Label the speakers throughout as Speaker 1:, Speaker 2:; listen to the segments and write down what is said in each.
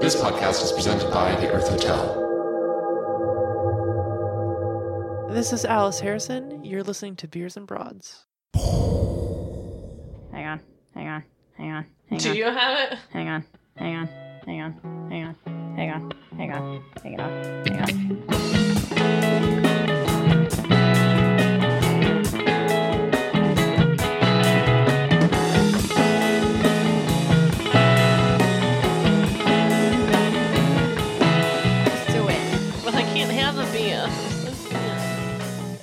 Speaker 1: This podcast is presented by the Earth Hotel.
Speaker 2: This is Alice Harrison. You're listening to Beers and Broads.
Speaker 3: Hang on, hang on, hang on, hang
Speaker 2: Do
Speaker 3: on,
Speaker 2: you have it?
Speaker 3: hang on, hang on, hang on, hang on, hang on, hang on, hang it off, hang on. Let's do it.
Speaker 2: Well, I can't have a beer.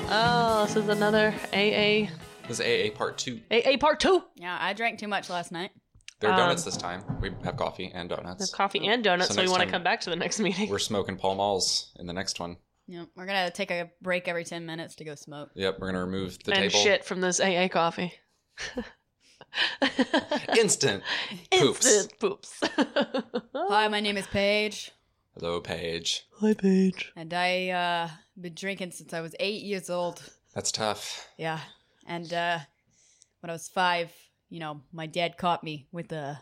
Speaker 2: Oh, this is another AA
Speaker 1: This is AA part two.
Speaker 2: AA part two.
Speaker 3: Yeah, I drank too much last night.
Speaker 1: There are
Speaker 2: Um,
Speaker 1: donuts this time. We have coffee and
Speaker 2: There's
Speaker 1: donuts.
Speaker 2: coffee and donuts,
Speaker 1: So
Speaker 2: so, we
Speaker 1: next
Speaker 2: want to
Speaker 1: time-
Speaker 2: come back to the next meeting.
Speaker 1: We're smoking Pall Malls in the next one.
Speaker 3: Yeah, we're gonna take a break every ten minutes to go smoke.
Speaker 1: Yep, we're gonna remove the
Speaker 2: and
Speaker 1: table.
Speaker 2: shit from this AA coffee.
Speaker 1: Instant. Poops.
Speaker 2: Instant poops.
Speaker 3: Hi, my name is Paige.
Speaker 1: Hello, Paige.
Speaker 2: Hi, Paige.
Speaker 3: and I uh been drinking since I was eight years old.
Speaker 1: That's tough.
Speaker 3: Yeah, and uh when I was five, you know, my dad caught me with a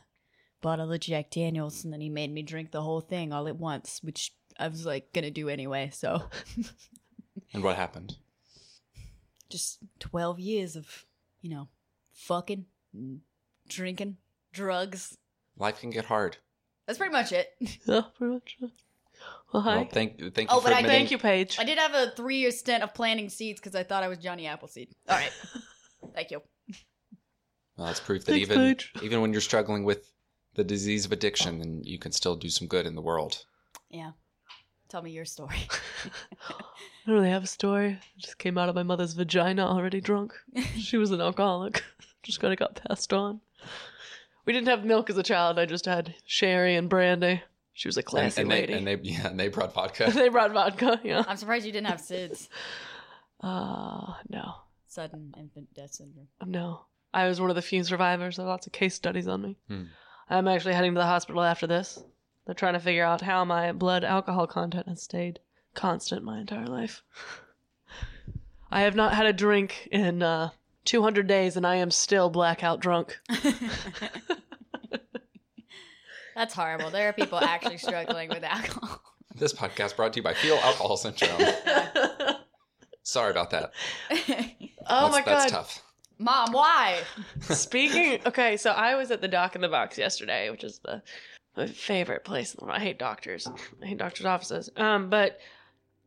Speaker 3: bottle of Jack Daniels, and then he made me drink the whole thing all at once, which I was like gonna do anyway. So
Speaker 1: And what happened?
Speaker 3: just twelve years of you know fucking, drinking, drugs.
Speaker 1: Life can get hard.
Speaker 3: That's pretty much it.
Speaker 2: Yeah, pretty much. Well, hi.
Speaker 1: Well, thank, thank you
Speaker 3: Oh,
Speaker 1: for
Speaker 3: but I
Speaker 1: admitting.
Speaker 2: Thank you, Paige.
Speaker 3: I did have a three-year stint of planting seeds because I thought I was Johnny Appleseed. All right, thank you.
Speaker 1: Well, that's proof that
Speaker 2: Thanks,
Speaker 1: even
Speaker 2: Paige.
Speaker 1: even when you're struggling with the disease of addiction, then you can still do some good in the world.
Speaker 3: Yeah, tell me your story.
Speaker 2: I don't really have a story. I just came out of my mother's vagina already drunk. She was an alcoholic. Just kind of got passed on. We didn't have milk as a child. I just had sherry and brandy. She was a
Speaker 1: And,
Speaker 2: classy
Speaker 1: and they
Speaker 2: lady.
Speaker 1: and they yeah, and they brought
Speaker 2: they,
Speaker 1: vodka.
Speaker 2: brought vodka, yeah.
Speaker 3: I'm surprised you didn't have SIDS,
Speaker 2: Uh, no,
Speaker 3: sudden infant death syndrome.
Speaker 2: no. I was one of the few survivors. There are lots of case studies on me.
Speaker 1: Hmm.
Speaker 2: I'm actually heading to the hospital after this. They're trying to figure out how my blood alcohol content has stayed constant my entire life. I have not had a drink in uh, 200 days, and I am still blackout drunk.
Speaker 3: That's horrible. There are people actually struggling with alcohol.
Speaker 1: this podcast brought to you by Feel Alcohol Syndrome. Sorry about that.
Speaker 2: Oh
Speaker 1: Oh. that's,
Speaker 2: my
Speaker 1: that's
Speaker 2: god.
Speaker 1: tough.
Speaker 3: Mom, why?
Speaker 2: Speaking okay, so I was at the doc in the box yesterday, which is the my favorite place. in the world. I hate doctors. I hate doctors' offices. Um, but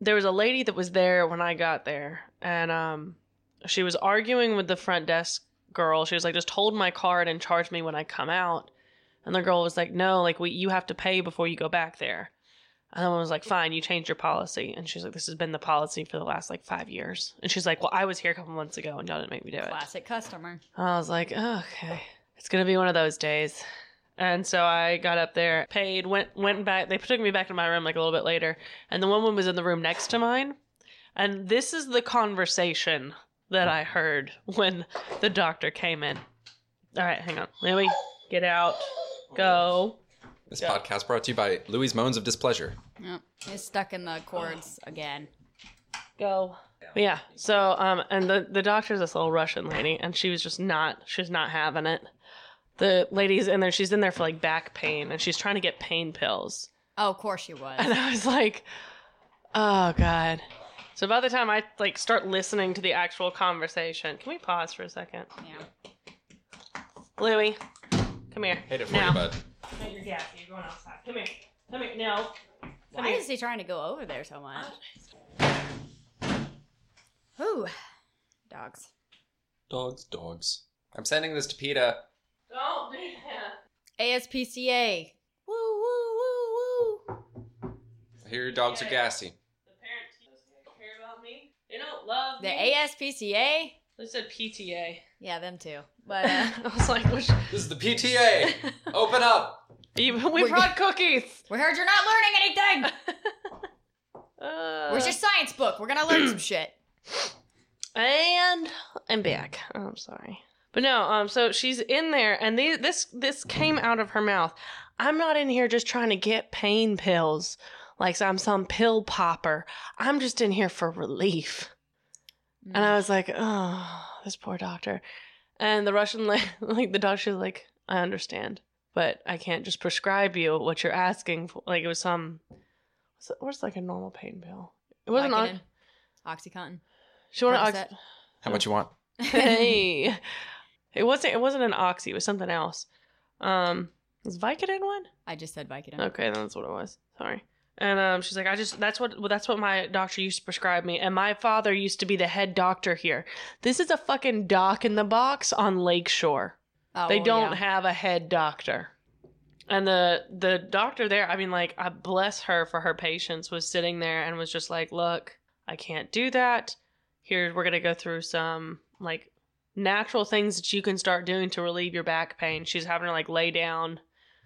Speaker 2: there was a lady that was there when I got there, and um she was arguing with the front desk girl. She was like, just hold my card and charge me when I come out. And the girl was like, No, like we you have to pay before you go back there. And the woman was like, Fine, you changed your policy. And she's like, This has been the policy for the last like five years. And she's like, Well, I was here a couple months ago and y'all didn't make me do it.
Speaker 3: Classic customer.
Speaker 2: I was like, oh, okay, it's gonna be one of those days. And so I got up there, paid, went went back. They took me back to my room like a little bit later, and the woman was in the room next to mine. And this is the conversation that I heard when the doctor came in. All right, hang on, Louie, get out, go.
Speaker 1: This
Speaker 2: Yeah.
Speaker 1: podcast brought to you by Louis Moans of Displeasure.
Speaker 3: Yep. He's stuck in the cords
Speaker 2: Oh.
Speaker 3: again.
Speaker 2: go. Yeah. So, um, and the the doctor's this little Russian lady, and she was just not, she's not having it. The lady's in there. She's in there for like back pain, and she's trying to get pain pills.
Speaker 3: Oh, of course she was.
Speaker 2: And I was like, oh god. So by the time I like start listening to the actual conversation, can we pause for a second?
Speaker 3: Yeah.
Speaker 2: Louie, come here.
Speaker 1: Hate it for
Speaker 2: now.
Speaker 1: you, bud.
Speaker 2: No, you're gassy. You're going outside. Come here. Come here. No.
Speaker 3: Why is he trying to go over there so much?
Speaker 2: Oh,
Speaker 3: Ooh, dogs.
Speaker 1: Dogs, dogs. I'm sending this to PETA.
Speaker 2: Don't do that.
Speaker 3: ASPCA. Woo, woo, woo, woo.
Speaker 1: I hear your dogs are gassy.
Speaker 2: The parents don't care about me. They don't love
Speaker 3: The
Speaker 2: me.
Speaker 3: ASPCA?
Speaker 2: They said PTA.
Speaker 3: Yeah, them too. But uh,
Speaker 2: I was like, which,
Speaker 1: This is the PTA. Open up.
Speaker 2: even we
Speaker 3: We're-
Speaker 2: brought cookies.
Speaker 3: we heard you're not learning anything.
Speaker 2: Uh,
Speaker 3: Where's your science book? We're gonna learn some shit.
Speaker 2: and I'm back. Oh, I'm sorry, but no. Um, so she's in there, and the, this this came out of her mouth. I'm not in here just trying to get pain pills, like I'm some pill popper. I'm just in here for relief.
Speaker 3: Mm.
Speaker 2: And uh, I was like, oh, this poor doctor. And the Russian, la- like the doctor, was like, I understand. but I can't just prescribe you what you're asking for. Like it was some, what's, it- what's like a normal pain pill? It wasn't on.
Speaker 3: Vicodin. Oxycontin.
Speaker 2: She wanted
Speaker 3: Percocet.
Speaker 2: ox-
Speaker 1: How much you want?
Speaker 2: hey, it wasn't. It wasn't an oxy. It was something else. Um, was Vicodin one?
Speaker 3: I just said Vicodin.
Speaker 2: Okay, then that's what it was. Sorry. And um, she's like, I just that's what well, that's what my doctor used to prescribe me, and my father used to be the head doctor here. This is a fucking doc in the box on Lakeshore.
Speaker 3: Oh,
Speaker 2: they
Speaker 3: well,
Speaker 2: don't
Speaker 3: yeah.
Speaker 2: have a head doctor. And the the doctor there, I mean, like, I bless her for her patience, was sitting there and was just like, Look, I can't do that. Here we're gonna go through some like natural things that you can start doing to relieve your back pain. She's having her like lay down,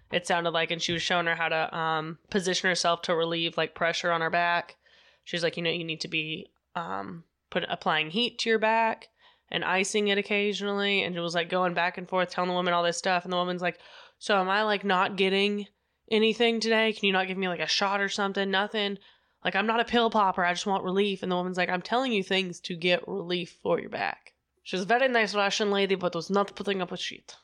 Speaker 2: it sounded like, and she was showing her how to um position herself to relieve like pressure on her back. She's like, you know, you need to be um put applying heat to your back and icing it occasionally and it was like going back and forth telling the woman all this stuff and the woman's like so am i like not getting anything today can you not give me like a shot or something nothing like i'm not a pill popper i just want relief and the woman's like i'm telling you things to get relief for your back she was a very nice russian lady but was not putting up with shit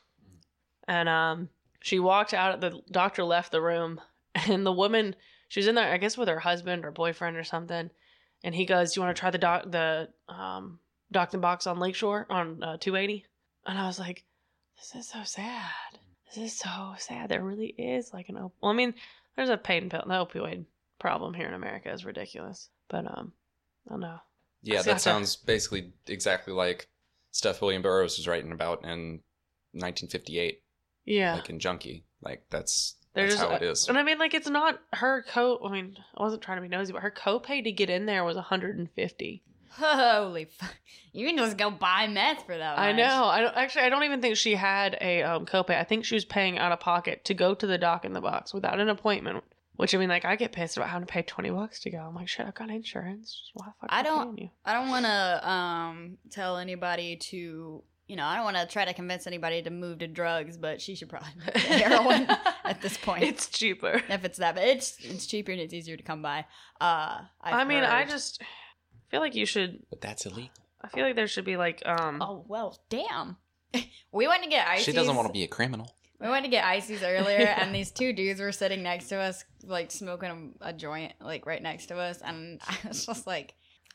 Speaker 2: and um she walked out the doctor left the room and the woman she was in there i guess with her husband or boyfriend or something and he goes do you want to try the doc the um Docked and Box on Lakeshore on uh, 280. And I was like, this is so sad. This is so sad. There really is like an op- well, I mean, there's a pain pill, the opioid problem here in America is ridiculous. But um, I don't know.
Speaker 1: Yeah,
Speaker 2: Exactly.
Speaker 1: that sounds basically exactly like stuff William Burroughs was writing about in 1958,
Speaker 2: Yeah,
Speaker 1: like in Junkie. Like that's
Speaker 2: They're
Speaker 1: that's
Speaker 2: just-
Speaker 1: how it is.
Speaker 2: and I mean, like it's not her co. I mean, I wasn't trying to be nosy, but her copay to get in there was 150.
Speaker 3: Holy fuck! You can just go buy meth for that.
Speaker 2: I
Speaker 3: much.
Speaker 2: know. I don't actually. I don't even think she had a um, copay. I think she was paying out of pocket to go to the doc in the box without an appointment. Which I mean, like, I get pissed about having to pay twenty bucks to go. I'm like, shit, I've got insurance. Just Why the fuck?
Speaker 3: I
Speaker 2: am
Speaker 3: don't-
Speaker 2: paying You?
Speaker 3: I don't want to um tell anybody to you know I don't want to try to convince anybody to move to drugs, but she should probably move to heroin at this point.
Speaker 2: It's cheaper.
Speaker 3: if it's that, but it's it's cheaper and it's easier to come by. Uh, I've
Speaker 2: I mean, I
Speaker 3: heard.
Speaker 2: just feel like you should.
Speaker 1: but that's illegal.
Speaker 2: I feel like there should be like, um,
Speaker 3: oh well, damn. we went to get ices.
Speaker 1: She doesn't want to be a criminal.
Speaker 3: We went to get ices earlier,
Speaker 2: Yeah.
Speaker 3: and these two dudes were sitting next to us, like smoking a, a joint, like right next to us, and I was just like,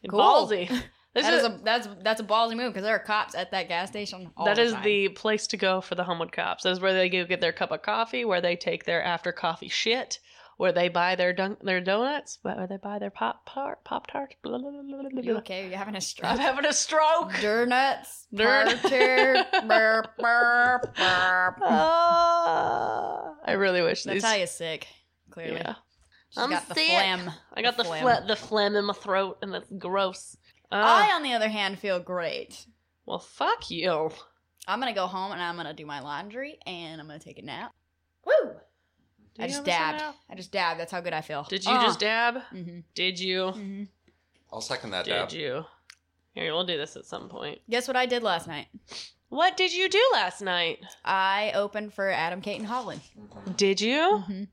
Speaker 3: cool.
Speaker 2: ballsy. This
Speaker 3: that
Speaker 2: is
Speaker 3: is a that's that's a ballsy move because there are cops at that gas station. All
Speaker 2: that
Speaker 3: the
Speaker 2: is
Speaker 3: time.
Speaker 2: the place to go for the Homewood cops. That's where they go get their cup of coffee, where they take their after coffee shit, where they buy their dun- their donuts, where they buy their pop tart, pop tarts. Blah, blah, blah, blah, blah,
Speaker 3: You
Speaker 2: blah.
Speaker 3: okay? You having a
Speaker 2: I'm
Speaker 3: stroke?
Speaker 2: having a stroke.
Speaker 3: Durnuts.
Speaker 2: Durn-
Speaker 3: Parter, burp, burp, burp.
Speaker 2: Ah, I really wish
Speaker 3: That's
Speaker 2: these.
Speaker 3: how you sick. Clearly,
Speaker 2: yeah,
Speaker 3: She's
Speaker 2: I'm
Speaker 3: got the
Speaker 2: sick.
Speaker 3: phlegm.
Speaker 2: I got the phlegm. the phlegm in my throat, and that's gross. Uh,
Speaker 3: I, on the other hand, feel great.
Speaker 2: well, fuck you.
Speaker 3: I'm gonna go home and I'm gonna do my laundry and I'm gonna take a nap. Woo!
Speaker 2: Do
Speaker 3: I
Speaker 2: you
Speaker 3: just
Speaker 2: have a
Speaker 3: dabbed.
Speaker 2: sound?
Speaker 3: I just dabbed. That's how good I feel.
Speaker 2: Did you just dab?
Speaker 3: Mm-hmm.
Speaker 2: Did you?
Speaker 3: hmm
Speaker 1: I'll second that.
Speaker 2: Did
Speaker 1: Dab.
Speaker 2: you? Here, we'll do this at some point.
Speaker 3: Guess what I did last night?
Speaker 2: What did you do last night?
Speaker 3: I opened for Adam Caton Holland.
Speaker 2: Did you?
Speaker 3: hmm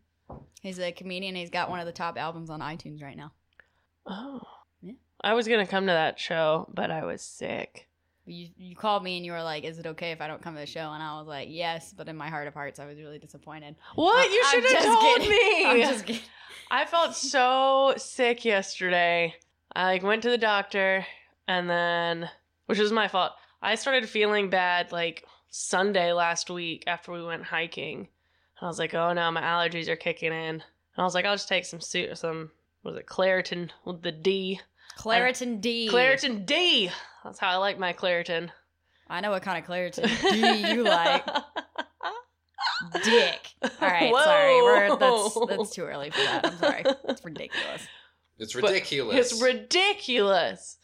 Speaker 3: He's a comedian. He's got one of the top albums on iTunes right now.
Speaker 2: Oh.
Speaker 3: Yeah.
Speaker 2: I was going to come to that show, but I was sick.
Speaker 3: You, you called me and you were like, "Is it okay if I don't come to the show?" And I was like, "Yes," but in my heart of hearts, I was really disappointed.
Speaker 2: What?
Speaker 3: Uh,
Speaker 2: you
Speaker 3: I'm
Speaker 2: should have
Speaker 3: just
Speaker 2: told
Speaker 3: kidding.
Speaker 2: me.
Speaker 3: I'm just kidding.
Speaker 2: I felt so sick yesterday. I like, went to the doctor and then which was my fault. I started feeling bad like Sunday last week after we went hiking. And I was like, "Oh no, my allergies are kicking in." And I was like, "I'll just take some su- some was it Claritin with the D?
Speaker 3: Claritin D.
Speaker 2: Claritin D. That's how I like my Claritin.
Speaker 3: I know what kind of Claritin D you like. Dick. All right,
Speaker 2: Whoa.
Speaker 3: sorry. We're, that's that's too early for that. I'm sorry. It's ridiculous.
Speaker 1: It's
Speaker 2: But
Speaker 1: ridiculous.
Speaker 2: It's ridiculous.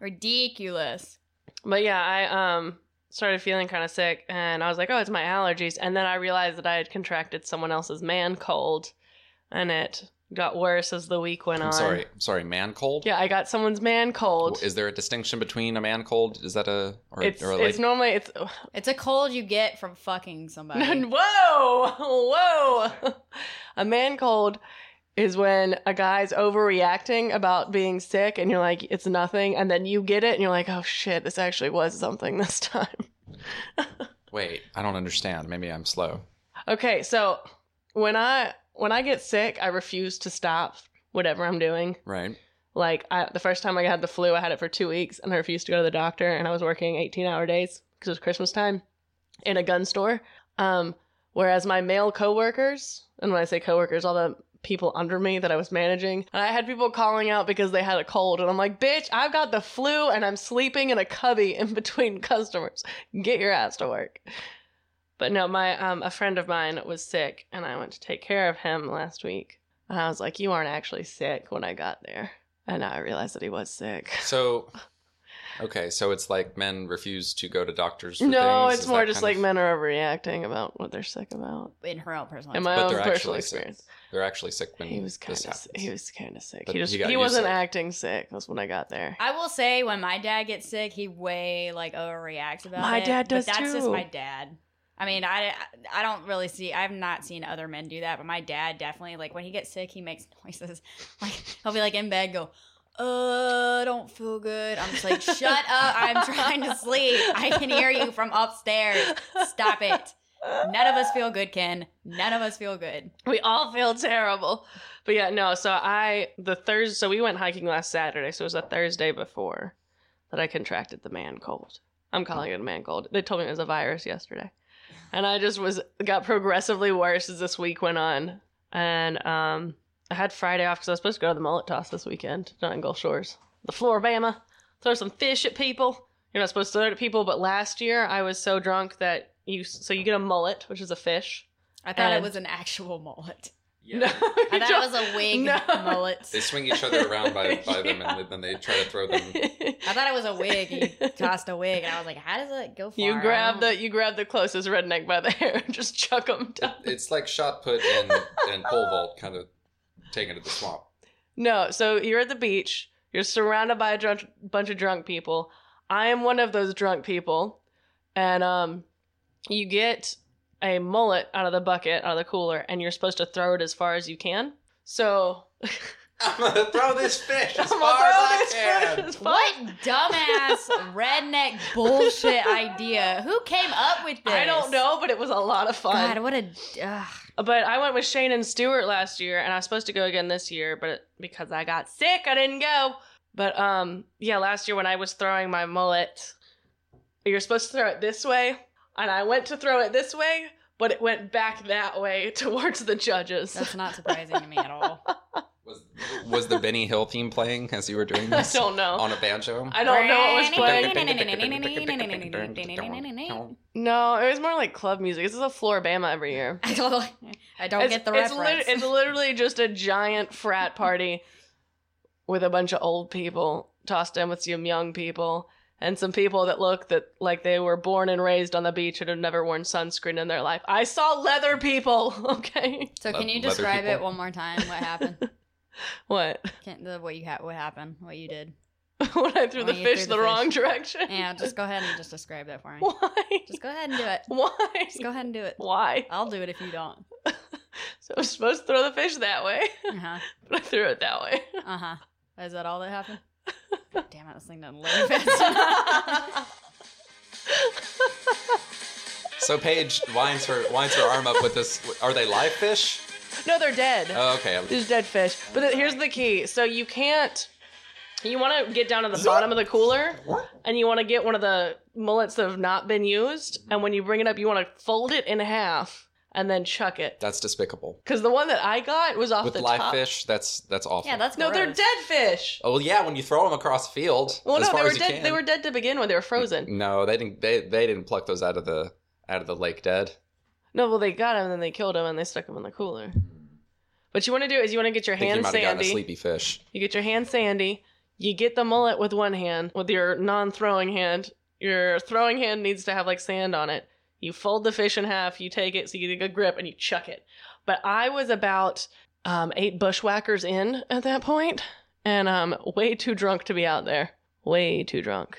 Speaker 3: Ridiculous.
Speaker 2: But yeah, I um started feeling kind of sick and I was like, "Oh, it's my allergies." And then I realized that I had contracted someone else's man cold and it got worse as the week went
Speaker 1: I'm
Speaker 2: on.
Speaker 1: sorry. I'm sorry. Man cold.
Speaker 2: Yeah, I got someone's man cold.
Speaker 1: Is there a distinction between a man cold? Is that a or,
Speaker 2: it's
Speaker 1: or a
Speaker 2: it's
Speaker 1: lady?
Speaker 2: normally it's
Speaker 3: It's a cold you get from fucking somebody.
Speaker 2: whoa whoa a man cold is when a guy's overreacting about being sick and you're like it's nothing and then you get it and you're like oh shit this actually was something this time
Speaker 1: Wait, I don't understand. Maybe I'm slow.
Speaker 2: Okay, so when I when I get sick, I refuse to stop whatever I'm doing.
Speaker 1: Right.
Speaker 2: Like I, the first time I had the flu, I had it for two weeks, and I refused to go to the doctor. And I was working 18 hour days because it was Christmas time in a gun store. Um, whereas my male coworkers, and when I say coworkers, all the people under me that I was managing, and I had people calling out because they had a cold, and I'm like, "Bitch, I've got the flu, and I'm sleeping in a cubby in between customers. Get your ass to work." But no, my um, a friend of mine was sick, and I went to take care of him last week. And I was like, "You aren't actually sick." When I got there, and now I realized that he was sick.
Speaker 1: So, okay, so it's like men refuse to go to doctors. For
Speaker 2: no,
Speaker 1: things.
Speaker 2: it's
Speaker 1: Is
Speaker 2: more
Speaker 1: that
Speaker 2: just
Speaker 1: kind
Speaker 2: like
Speaker 1: of-
Speaker 2: men are overreacting about what they're sick about.
Speaker 3: in her own personal.
Speaker 2: In my
Speaker 1: But
Speaker 2: own
Speaker 1: they're
Speaker 2: personal
Speaker 1: actually sick
Speaker 2: experience,
Speaker 1: They're actually sick when
Speaker 2: he was kind
Speaker 1: this
Speaker 2: of
Speaker 1: happens.
Speaker 2: he was kind of sick.
Speaker 1: But
Speaker 2: he just
Speaker 1: he
Speaker 2: he,
Speaker 1: got used
Speaker 2: wasn't
Speaker 1: to it.
Speaker 2: acting sick. That's when I got there.
Speaker 3: I will say when my dad gets sick, he way like overreacts about
Speaker 2: My
Speaker 3: it.
Speaker 2: dad
Speaker 3: but
Speaker 2: does
Speaker 3: That's just
Speaker 2: too.
Speaker 3: my dad. I mean, I I don't really see. I've not seen other men do that, but my dad definitely like when he gets sick, he makes noises. Like he'll be like in bed, go, "Uh, I don't feel good." I'm just like, "Shut up! I'm trying to sleep. I can hear you from upstairs. Stop it." None of us feel good, Ken. None of us feel good.
Speaker 2: We all feel terrible. But yeah, no, so I the Thursday so we went hiking last Saturday, so it was a Thursday before that I contracted the man cold. I'm calling it a man cold. They told me it was a virus yesterday. And I just was got progressively worse as this week went on. And um I had Friday off because I was supposed to go to the mullet toss this weekend down in Gulf Shores. The Floribama. Throw some fish at people. You're not supposed to throw it at people, but last year I was so drunk that you so you get a mullet, which is a fish.
Speaker 3: I thought
Speaker 2: And-
Speaker 3: it was an actual mullet.
Speaker 2: No,
Speaker 3: I thought it was a wig
Speaker 2: No.
Speaker 3: mullet.
Speaker 1: They swing each other around by, by them,
Speaker 2: Yeah.
Speaker 1: and then they try to throw them.
Speaker 3: I thought it was a wig. You tossed a wig, and I was like, "How does it go far?"
Speaker 2: you grab
Speaker 3: I
Speaker 2: the
Speaker 3: don't-
Speaker 2: you grab the closest redneck by the hair and just chuck them down.
Speaker 1: It's like shot put and and pole vault, kind of taken to the swamp.
Speaker 2: No, so you're at the beach. You're surrounded by a drunk, bunch of drunk people. I am one of those drunk people, and um, you get a mullet out of the bucket out of the cooler, and you're supposed to throw it as far as you can. So
Speaker 1: I'm gonna throw this fish as
Speaker 2: I'm gonna
Speaker 1: far as
Speaker 2: throw
Speaker 1: I
Speaker 2: this fish
Speaker 1: can.
Speaker 2: as far-
Speaker 3: What dumbass redneck bullshit idea? Who came up with this?
Speaker 2: I don't know, but it was a lot of fun.
Speaker 3: God, what a. Ugh.
Speaker 2: But I went with Shane and Stewart last year, and I was supposed to go again this year, but because I got sick, I didn't go. But um, yeah, last year when I was throwing my mullet, you're supposed to throw it this way, and I went to throw it this way, but it went back that way towards the judges.
Speaker 3: That's not surprising to me at all.
Speaker 1: Was, was the Benny Hill theme playing as you were doing
Speaker 2: I
Speaker 1: this
Speaker 2: don't know.
Speaker 1: on a banjo?
Speaker 2: I don't know what was playing. No, it was more like club music. This is a Floribama every year.
Speaker 3: I don't, I don't get the
Speaker 2: it's
Speaker 3: reference.
Speaker 2: lit- it's literally just a giant frat party with a bunch of old people tossed in with some young people and some people that look that like they were born and raised on the beach and have never worn sunscreen in their life. I saw leather people. Okay,
Speaker 3: so, can you
Speaker 1: Leather
Speaker 3: describe it
Speaker 1: people.
Speaker 3: one more time? What happened?
Speaker 2: what?
Speaker 3: Can, the, what you ha- What happened? What you did?
Speaker 2: when I threw the
Speaker 3: When Oh, you
Speaker 2: fish
Speaker 3: threw
Speaker 2: the,
Speaker 3: the
Speaker 2: wrong
Speaker 3: fish.
Speaker 2: direction.
Speaker 3: Yeah, just go ahead and just describe that for me.
Speaker 2: Why?
Speaker 3: Just go ahead and do it.
Speaker 2: Why?
Speaker 3: Just go ahead and do it.
Speaker 2: Why?
Speaker 3: I'll do it if you don't.
Speaker 2: So I was supposed to throw the fish that way,
Speaker 3: Uh huh.
Speaker 2: but I threw it that way.
Speaker 3: Uh huh. Is that all that happened? Damn it, this thing doesn't load fast enough.
Speaker 1: So Paige winds her winds her arm up with this. Are they live fish?
Speaker 2: no, they're dead.
Speaker 1: Oh, okay.
Speaker 2: There's dead fish. But the- here's the key. So you can't. You want to get down to the bottom of the cooler, and you want to get one of the mullets that have not been used. And when you bring it up, you want to fold it in half and then chuck it.
Speaker 1: That's despicable.
Speaker 2: Because the one that I got was off
Speaker 1: With
Speaker 2: the
Speaker 1: live
Speaker 2: top.
Speaker 1: fish, that's that's awful.
Speaker 3: yeah, that's
Speaker 2: No, they're
Speaker 3: gross.
Speaker 2: dead fish.
Speaker 1: Oh well, yeah, when you throw them across the field,
Speaker 2: Well,
Speaker 1: as
Speaker 2: no,
Speaker 1: far
Speaker 2: they were
Speaker 1: as you
Speaker 2: dead.
Speaker 1: can. Mm-hmm.
Speaker 2: They were dead to begin with. They were frozen.
Speaker 1: No, they didn't. They, they didn't pluck those out of the out of the lake dead.
Speaker 2: No, well, they got him, and then they killed him, and they stuck him in the cooler. What you want to do is you want to get your
Speaker 1: I Mm-hmm. think you
Speaker 2: hands
Speaker 1: might have gotten a
Speaker 2: sandy.
Speaker 1: sleepy fish.
Speaker 2: You get your hand sandy. You get the mullet with one hand, with your non throwing hand. Your throwing hand needs to have like sand on it. You fold the fish in half, you take it, so you get a good grip, and you chuck it. But I was about um, eight bushwhackers in at that point, and um, way too drunk to be out there. Way too drunk.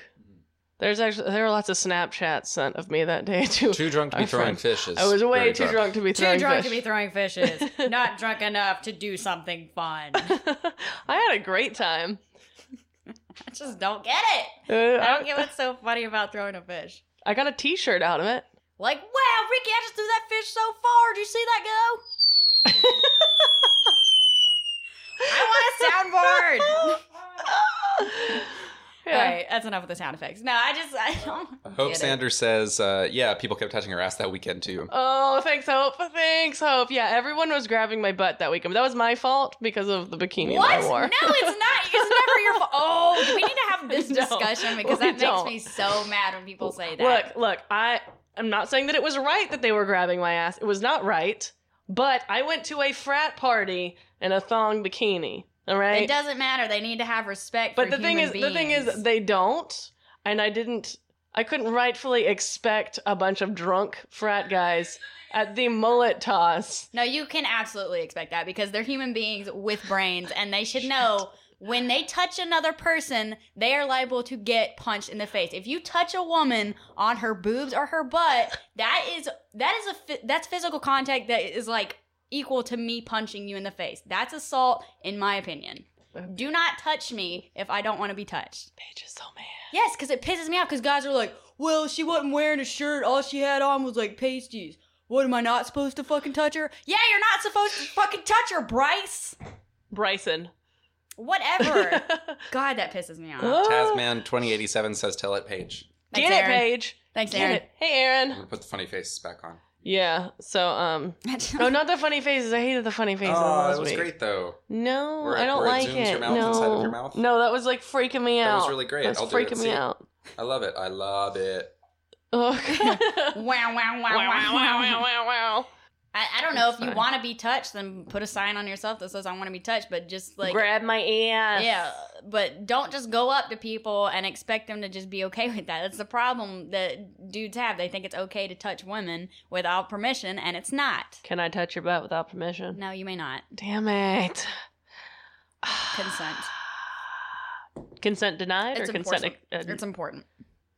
Speaker 2: There's actually there were lots of Snapchats sent of me that day too.
Speaker 1: Too drunk to be
Speaker 2: Our
Speaker 1: throwing
Speaker 2: friend.
Speaker 1: fishes.
Speaker 2: I was
Speaker 1: Very
Speaker 2: way too drunk to be
Speaker 3: Too
Speaker 2: throwing
Speaker 3: drunk
Speaker 2: fish.
Speaker 3: to be throwing fishes. Not drunk enough to do something fun. I
Speaker 2: I had a great time.
Speaker 3: just don't get it.
Speaker 2: Uh,
Speaker 3: I
Speaker 2: I,
Speaker 3: don't get what's so funny about throwing a fish.
Speaker 2: I got a T-shirt out of it.
Speaker 3: Like, wow, Ricky, I just threw that fish so far. Did you see that go? I want a soundboard.
Speaker 2: yeah.
Speaker 3: All right, that's enough with the sound effects. No, I just I don't.
Speaker 1: Hope
Speaker 3: get it.
Speaker 1: Sanders says, uh, yeah, people kept touching her ass that weekend too.
Speaker 2: Oh, thanks, Hope. Thanks, Hope. Yeah, everyone was grabbing my butt that weekend. That was my fault because of the bikini
Speaker 3: What?
Speaker 2: that I wore.
Speaker 3: No, it's not. It's never your fault. Oh, do we need to have this
Speaker 2: We don't.
Speaker 3: discussion because
Speaker 2: We
Speaker 3: that
Speaker 2: don't.
Speaker 3: makes me so mad when people say that.
Speaker 2: Look, look, I I'm not saying that it was right that they were grabbing my ass. It was not right. But I went to a frat party in a thong bikini. All right.
Speaker 3: it doesn't matter. They need to have respect.
Speaker 2: but
Speaker 3: for
Speaker 2: the thing
Speaker 3: human
Speaker 2: is the thing is
Speaker 3: beings.
Speaker 2: they don't. And I didn't I couldn't rightfully expect a bunch of drunk frat guys at the mullet toss.
Speaker 3: no, you can absolutely expect that because they're human beings with brains, and they should know when they touch another person, they are liable to get punched in the face. If you touch a woman on her boobs or her butt, that is that is a phy- that's physical contact that is like equal to me punching you in the face. That's assault, in my opinion. Do not touch me if I don't want to be touched.
Speaker 2: Paige is so mad.
Speaker 3: Yes, because it pisses me off. Because guys are like, well, she wasn't wearing a shirt. All she had on was like pasties. What am I not supposed to fucking touch her? Yeah, you're not supposed to fucking touch her, Bryce.
Speaker 2: Bryson.
Speaker 3: Whatever. God, that pisses me
Speaker 2: Oh.
Speaker 3: off.
Speaker 1: Tasman2087 says, tell it, Paige.
Speaker 3: Thanks,
Speaker 2: Get it,
Speaker 3: Aaron.
Speaker 2: Paige.
Speaker 3: Thanks,
Speaker 2: Get
Speaker 3: Aaron.
Speaker 2: it. Hey, Aaron.
Speaker 1: I'm Put the funny faces back on.
Speaker 2: Yeah. So, um, oh, not the funny faces. I hated the funny faces.
Speaker 1: Oh,
Speaker 2: last
Speaker 1: that was
Speaker 2: week.
Speaker 1: great though.
Speaker 2: No,
Speaker 1: Where-
Speaker 2: I don't
Speaker 1: where it
Speaker 2: like
Speaker 1: zooms
Speaker 2: it.
Speaker 1: your mouth
Speaker 2: no.
Speaker 1: inside of your mouth?
Speaker 2: no, that was like freaking me
Speaker 1: That
Speaker 2: out.
Speaker 1: was really great.
Speaker 2: That's
Speaker 1: I'll do it,
Speaker 2: freaking me
Speaker 1: see?
Speaker 2: out.
Speaker 1: I love it. I love it.
Speaker 2: Oh, God.
Speaker 3: wow, wow, wow,
Speaker 2: wow, wow, wow, wow, wow, wow.
Speaker 3: I, I don't know if
Speaker 2: That's
Speaker 3: you
Speaker 2: fine.
Speaker 3: want to be touched, then put a sign on yourself that says I want to be touched, but just like
Speaker 2: Grab my ass.
Speaker 3: Yeah, but don't just go up to people and expect them to just be okay with that. That's the problem that dudes have. They think it's okay to touch women without permission, and it's not.
Speaker 2: Can I touch your butt without permission?
Speaker 3: No, you may not.
Speaker 2: Damn it.
Speaker 3: Consent.
Speaker 2: Consent denied
Speaker 3: It's
Speaker 2: or consent?
Speaker 3: important.
Speaker 2: uh,
Speaker 3: It's important.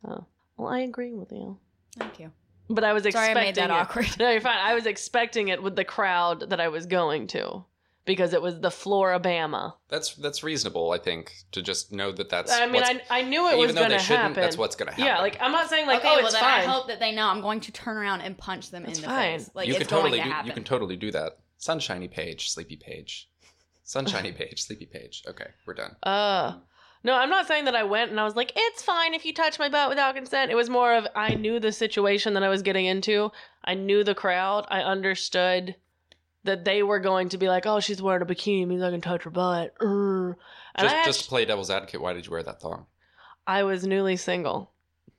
Speaker 2: well, I agree with you.
Speaker 3: Thank you.
Speaker 2: But I was
Speaker 3: Sorry, I
Speaker 2: expecting
Speaker 3: made that
Speaker 2: it.
Speaker 3: awkward.
Speaker 2: No, you're fine. I was expecting it with the crowd that I was going to because it was the Florabama.
Speaker 1: That's that's reasonable, I think, to just know that that's.
Speaker 2: I mean,
Speaker 1: what's-
Speaker 2: I, I knew it was
Speaker 1: even though
Speaker 2: going
Speaker 1: they
Speaker 2: to
Speaker 1: shouldn't,
Speaker 2: happen.
Speaker 1: that's what's going to happen.
Speaker 2: Yeah, like I'm not saying like
Speaker 3: okay,
Speaker 2: oh
Speaker 3: well
Speaker 2: it's
Speaker 3: then
Speaker 2: fine.
Speaker 3: I hope that they know I'm going to turn around and punch them
Speaker 2: It's
Speaker 3: in the
Speaker 2: fine.
Speaker 3: face. Like
Speaker 1: you
Speaker 3: it's
Speaker 1: could totally
Speaker 3: going to
Speaker 1: do,
Speaker 3: happen.
Speaker 1: you can totally do that. Sunshiny Page, Sleepy Page, Sunshiny Page, Sleepy Page. Okay, we're done.
Speaker 2: Uh, no, I'm not saying that I went and I was like, it's fine if you touch my butt without consent. It was more of I knew the situation that I was getting into. I knew the crowd. I understood that they were going to be like, oh, she's wearing a bikini, means I can touch her butt. Urgh. And
Speaker 1: Just
Speaker 2: I,
Speaker 1: just to
Speaker 2: actu-
Speaker 1: play devil's advocate, why did you wear that thong?
Speaker 2: I was newly single.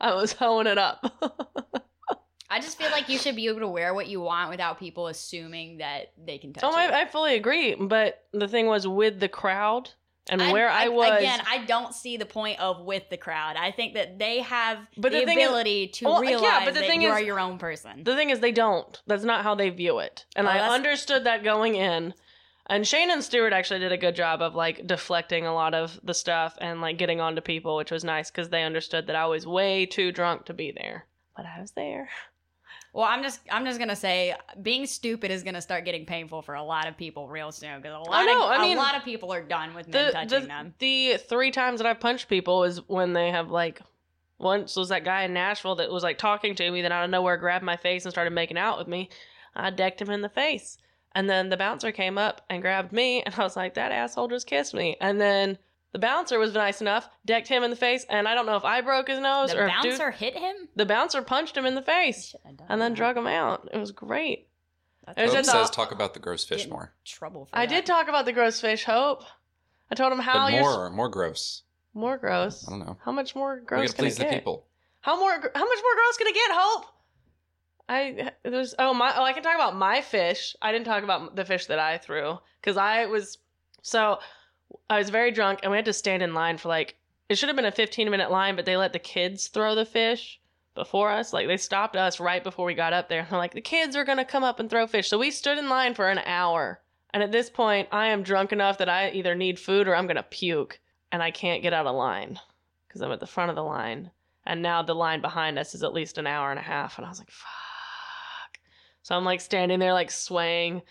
Speaker 2: I was hoeing it up.
Speaker 3: I just feel like you should be able to wear what you want without people assuming that they can touch
Speaker 2: oh,
Speaker 3: you.
Speaker 2: I, I fully agree. But the thing was with the crowd and
Speaker 3: I'm-
Speaker 2: where I, was.
Speaker 3: again. I don't see the point of with the crowd. I think that they have
Speaker 2: But
Speaker 3: the,
Speaker 2: the thing is-
Speaker 3: ability to
Speaker 2: Well, yeah,
Speaker 3: realize
Speaker 2: but the
Speaker 3: that
Speaker 2: thing
Speaker 3: you
Speaker 2: is-
Speaker 3: are your own person.
Speaker 2: The thing is, they don't. That's not how they view it. And
Speaker 3: Oh,
Speaker 2: I
Speaker 3: that's-
Speaker 2: understood that going in. And Shane and Stewart actually did a good job of like deflecting a lot of the stuff and like getting onto people, which was nice because they understood that I was way too drunk to be there. But I was there.
Speaker 3: well, I'm just I'm just gonna say being stupid is gonna start getting painful for a lot of people real soon because a lot
Speaker 2: know,
Speaker 3: of
Speaker 2: I mean,
Speaker 3: a lot of people are done with men
Speaker 2: The,
Speaker 3: touching
Speaker 2: the,
Speaker 3: them.
Speaker 2: the three times that I've punched people is when they have like once was that guy in Nashville that was like talking to me, then out of nowhere grabbed my face and started making out with me. I decked him in the face. And then the bouncer came up and grabbed me, and I was like, that asshole just kissed me. And then the bouncer was nice enough, decked him in the face, and I don't know if I broke his nose
Speaker 3: The
Speaker 2: or if dude-
Speaker 3: bouncer hit him
Speaker 2: the bouncer punched him in the face
Speaker 3: Shit, I don't
Speaker 2: and then
Speaker 3: know.
Speaker 2: drug him out. It was great.
Speaker 3: That's
Speaker 2: There's
Speaker 1: Hope
Speaker 2: just
Speaker 1: says
Speaker 2: a-
Speaker 1: talk about the gross fish
Speaker 3: Getting
Speaker 1: more,
Speaker 3: trouble. For
Speaker 2: I
Speaker 3: that.
Speaker 2: did talk about the gross fish hope. I told him how
Speaker 1: but
Speaker 2: you're
Speaker 1: more more gross.
Speaker 2: more gross.
Speaker 1: I don't know.
Speaker 2: How much more
Speaker 1: We
Speaker 2: gross
Speaker 1: gotta
Speaker 2: can
Speaker 1: please
Speaker 2: it
Speaker 1: the
Speaker 2: get?
Speaker 1: people.
Speaker 2: How more? How much more gross can it get? Hope. I there's oh my oh I can talk about my fish. I didn't talk about the fish that I threw because I was so I was very drunk and we had to stand in line for like it should have been a 15 minute line but they let the kids throw the fish before us like they stopped us right before we got up there and they're like the kids are gonna come up and throw fish so we stood in line for an hour and at this point I am drunk enough that I either need food or I'm gonna puke and I can't get out of line because I'm at the front of the line and now the line behind us is at least an hour and a half and i was like fuck so i'm like standing there like swaying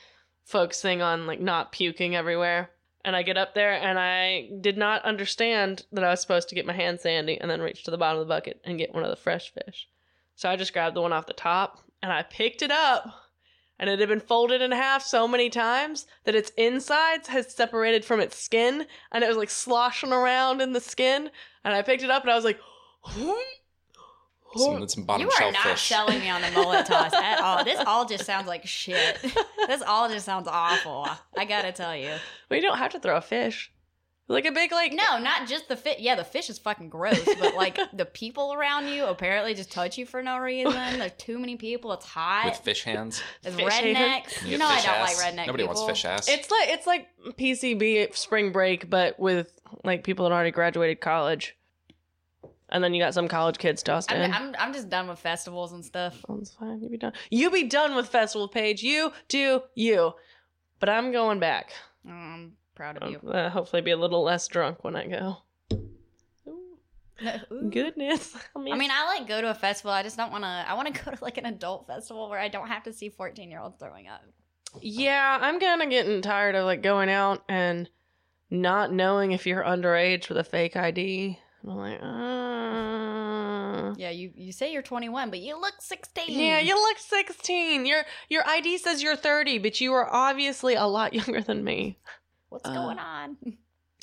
Speaker 2: focusing on like not puking everywhere and i get up there and i did not understand that i was supposed to get my hand sandy and then reach to the bottom of the bucket and get one of the fresh fish So I just grabbed the one off the top and I picked it up. And it had been folded in half so many times that its insides had separated from its skin and it was like sloshing around in the skin. And I picked it up and I was like,
Speaker 1: Some, some bottom
Speaker 3: you are
Speaker 1: shelf
Speaker 3: not
Speaker 1: fish.
Speaker 3: selling me on the mullet toss at all. This all just sounds like shit. This all just sounds awful. I gotta tell you.
Speaker 2: Well, you don't have to throw a fish. Like a big, like,
Speaker 3: No, not just the fish. Yeah, the fish is fucking gross, but like the people around you apparently just touch you for no reason. There's too many people. It's
Speaker 1: With
Speaker 3: hot.
Speaker 1: fish hands.
Speaker 3: There's
Speaker 2: Fish hand.
Speaker 3: rednecks.
Speaker 1: You
Speaker 3: You
Speaker 1: get
Speaker 3: know I
Speaker 1: fish
Speaker 3: don't
Speaker 1: ass.
Speaker 3: like redneck
Speaker 1: Nobody
Speaker 3: people.
Speaker 1: wants fish ass.
Speaker 2: It's like it's like PCB at spring break, but with like people that already graduated college, and then you got some college kids tossed in.
Speaker 3: I'm, I'm, I'm just done with festivals and stuff.
Speaker 2: Sounds fine. You be done. You be done with festival page. You do you. But I'm going back.
Speaker 3: Oh, I'm proud of
Speaker 2: Um,
Speaker 3: you.
Speaker 2: uh, hopefully, be a little less drunk when I go. Ooh,
Speaker 3: No, ooh.
Speaker 2: goodness.
Speaker 3: I mean, I like go to a festival. I just don't want to. I want to go to like an adult festival where I don't have to see 14 year olds throwing up.
Speaker 2: Yeah, I'm kind of getting tired of like going out and not knowing if you're underage with a fake ID. And I'm like, uh...
Speaker 3: Yeah, you, you say you're 21, but you look 16.
Speaker 2: yeah, you look 16. Your your ID says you're 30, but you are obviously a lot younger than me.
Speaker 3: What's
Speaker 2: uh,
Speaker 3: going on?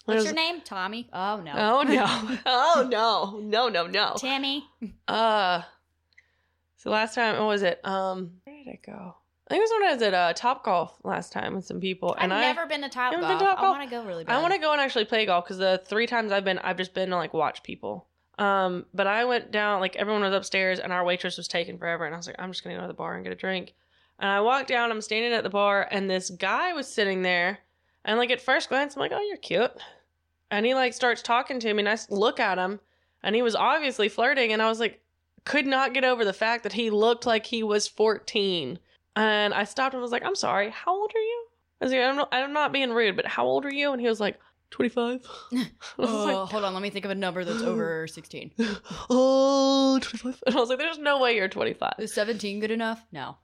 Speaker 2: There's-
Speaker 3: What's your name? Tommy. Oh no.
Speaker 2: Oh no! Oh no! No no no!
Speaker 3: Tammy.
Speaker 2: Uh, so last time what was it? Um, where did it go? I think it was when I was at uh, Top Golf last time with some people,
Speaker 3: I've
Speaker 2: and I
Speaker 3: never been to Top
Speaker 2: haven't
Speaker 3: Golf.
Speaker 2: been to
Speaker 3: I
Speaker 2: Topgolf.
Speaker 3: want to go really bad.
Speaker 2: I want to go and actually play golf because the three times I've been, I've just been to like watch people. Um, but I went down, like everyone was upstairs, and our waitress was taking forever, and I was like, I'm just gonna go to the bar and get a drink. And I walked down, I'm standing at the bar, and this guy was sitting there, and like at first glance, I'm like, oh, you're cute, and he like starts talking to me, and I s- look at him, and he was obviously flirting, and I was like, could not get over the fact that he looked like he was 14, and I stopped and was like, I'm sorry, how old are you? I was like, I'm not, I'm not being rude, but how old are you? And he was like, 25. And I was like,
Speaker 3: Oh, hold on. Let me think of a number
Speaker 2: that's over
Speaker 3: 16.
Speaker 2: oh, 25. And I was like, there's no way you're 25.
Speaker 3: Is 17 good enough? No.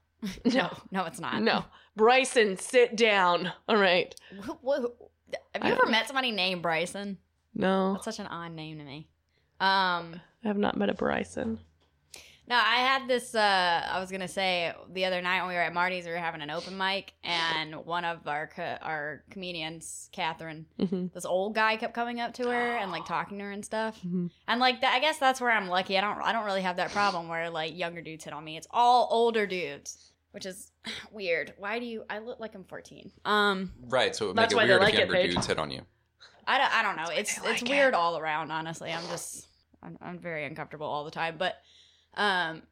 Speaker 2: No,
Speaker 3: No, it's not.
Speaker 2: no. Bryson, sit down. All right.
Speaker 3: Who- who- Have you
Speaker 2: I-
Speaker 3: ever met somebody named Bryson?
Speaker 2: No,
Speaker 3: That's such an odd name to me. Um.
Speaker 2: I have not met a Bryson.
Speaker 3: No, I had this. Uh, I was gonna say the other night when we were at Marty's, we were having an open mic, and one of our co- our comedians, Catherine,
Speaker 2: Mhm.
Speaker 3: this old guy kept coming up to her and like talking to her and stuff.
Speaker 2: Mhm.
Speaker 3: And like that, I guess that's where I'm lucky. I don't I don't really have that problem where like younger dudes hit on me. It's all older dudes, which is weird. Why do you? I look like I'm 14. Um,
Speaker 1: Right, so it would
Speaker 2: That's
Speaker 1: make it
Speaker 2: why they
Speaker 1: weird
Speaker 2: like
Speaker 1: if
Speaker 2: it,
Speaker 1: younger
Speaker 2: Paige.
Speaker 1: dudes hit on you.
Speaker 3: I don't, I don't know.
Speaker 2: That's why
Speaker 3: It's
Speaker 2: they
Speaker 3: it's
Speaker 2: like
Speaker 3: weird
Speaker 2: it.
Speaker 3: all around. Honestly, I'm just I'm, I'm very uncomfortable all the time. But um,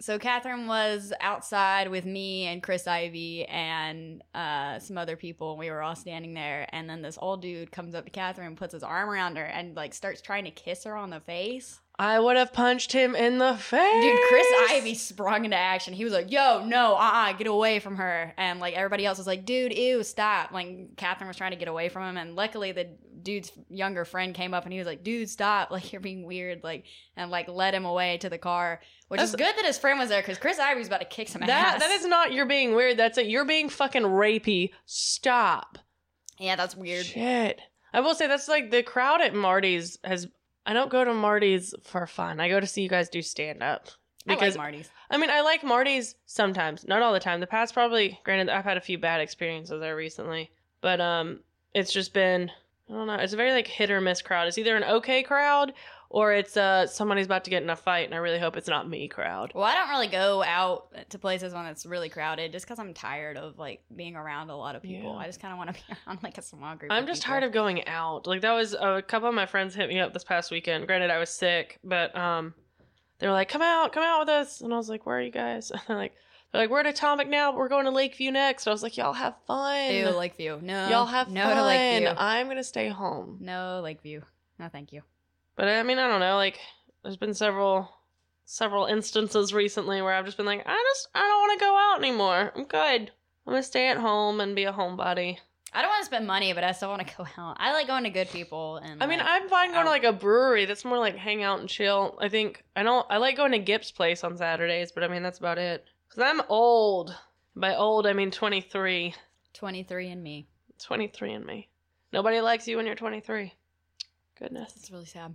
Speaker 3: so Catherine was outside with me and Chris Ivy and uh some other people. We were all standing there, and then this old dude comes up to Catherine, puts his arm around her, and like starts trying to kiss her on the face.
Speaker 2: I would have punched him in the face.
Speaker 3: Dude, Chris Ivy sprung into action. He was like, "Yo, no, uh, uh get away from her!" And like everybody else was like, "Dude, ew, stop!" Like Catherine was trying to get away from him, and luckily the dude's younger friend came up and he was like, "Dude, stop! Like you're being weird!" Like and like led him away to the car, which is good that his friend was there because Chris Ivy's about to kick some
Speaker 2: That,
Speaker 3: ass.
Speaker 2: that is not you're being weird. That's it. You're being fucking rapey. Stop.
Speaker 3: yeah, that's weird.
Speaker 2: Shit. I will say that's like the crowd at Marty's has. I don't go to Marty's for fun. I go to see you guys do stand up.
Speaker 3: I
Speaker 2: Because
Speaker 3: like Marty's.
Speaker 2: I mean, I like Marty's sometimes, not all the time. The past probably, granted, I've had a few bad experiences there recently, but um, it's just been I don't know. It's a very like hit or miss crowd. It's either an okay crowd or it's uh somebody's about to get in a fight, and I really hope it's not me crowd.
Speaker 3: Well, I don't really go out to places when it's really crowded, just because I'm tired of like being around a lot of people.
Speaker 2: Yeah.
Speaker 3: I just kind of want to be around like a small group.
Speaker 2: I'm just
Speaker 3: people.
Speaker 2: tired of going out. Like that was a couple of my friends hit me up this past weekend. Granted, I was sick, but um, they were like, "Come out, come out with us," and I was like, "Where are you guys?" And they're like, "They're like, we're at Atomic now, but we're going to Lakeview next." I was like, "Y'all have fun."
Speaker 3: Ew, Lakeview. No.
Speaker 2: Y'all have
Speaker 3: no
Speaker 2: fun.
Speaker 3: to Lakeview.
Speaker 2: I'm gonna stay home.
Speaker 3: No Lakeview. No, thank you.
Speaker 2: But I mean, I don't know. Like, there's been several, several instances recently where I've just been like, I just, I don't want to go out anymore. I'm good. I'm gonna stay at home and be a homebody.
Speaker 3: I don't want to spend money, but I still want to go out. I like going to good people. And
Speaker 2: I mean,
Speaker 3: like-
Speaker 2: I'm fine going to
Speaker 3: out.
Speaker 2: like a brewery. That's more like hang out and chill. I think I don't. I like going to Gipp's place on Saturdays, but I mean that's about it. Cause I'm old. By old, I mean 23.
Speaker 3: 23 and me.
Speaker 2: 23 in me. Nobody likes you when you're 23. Goodness.
Speaker 3: That's really sad.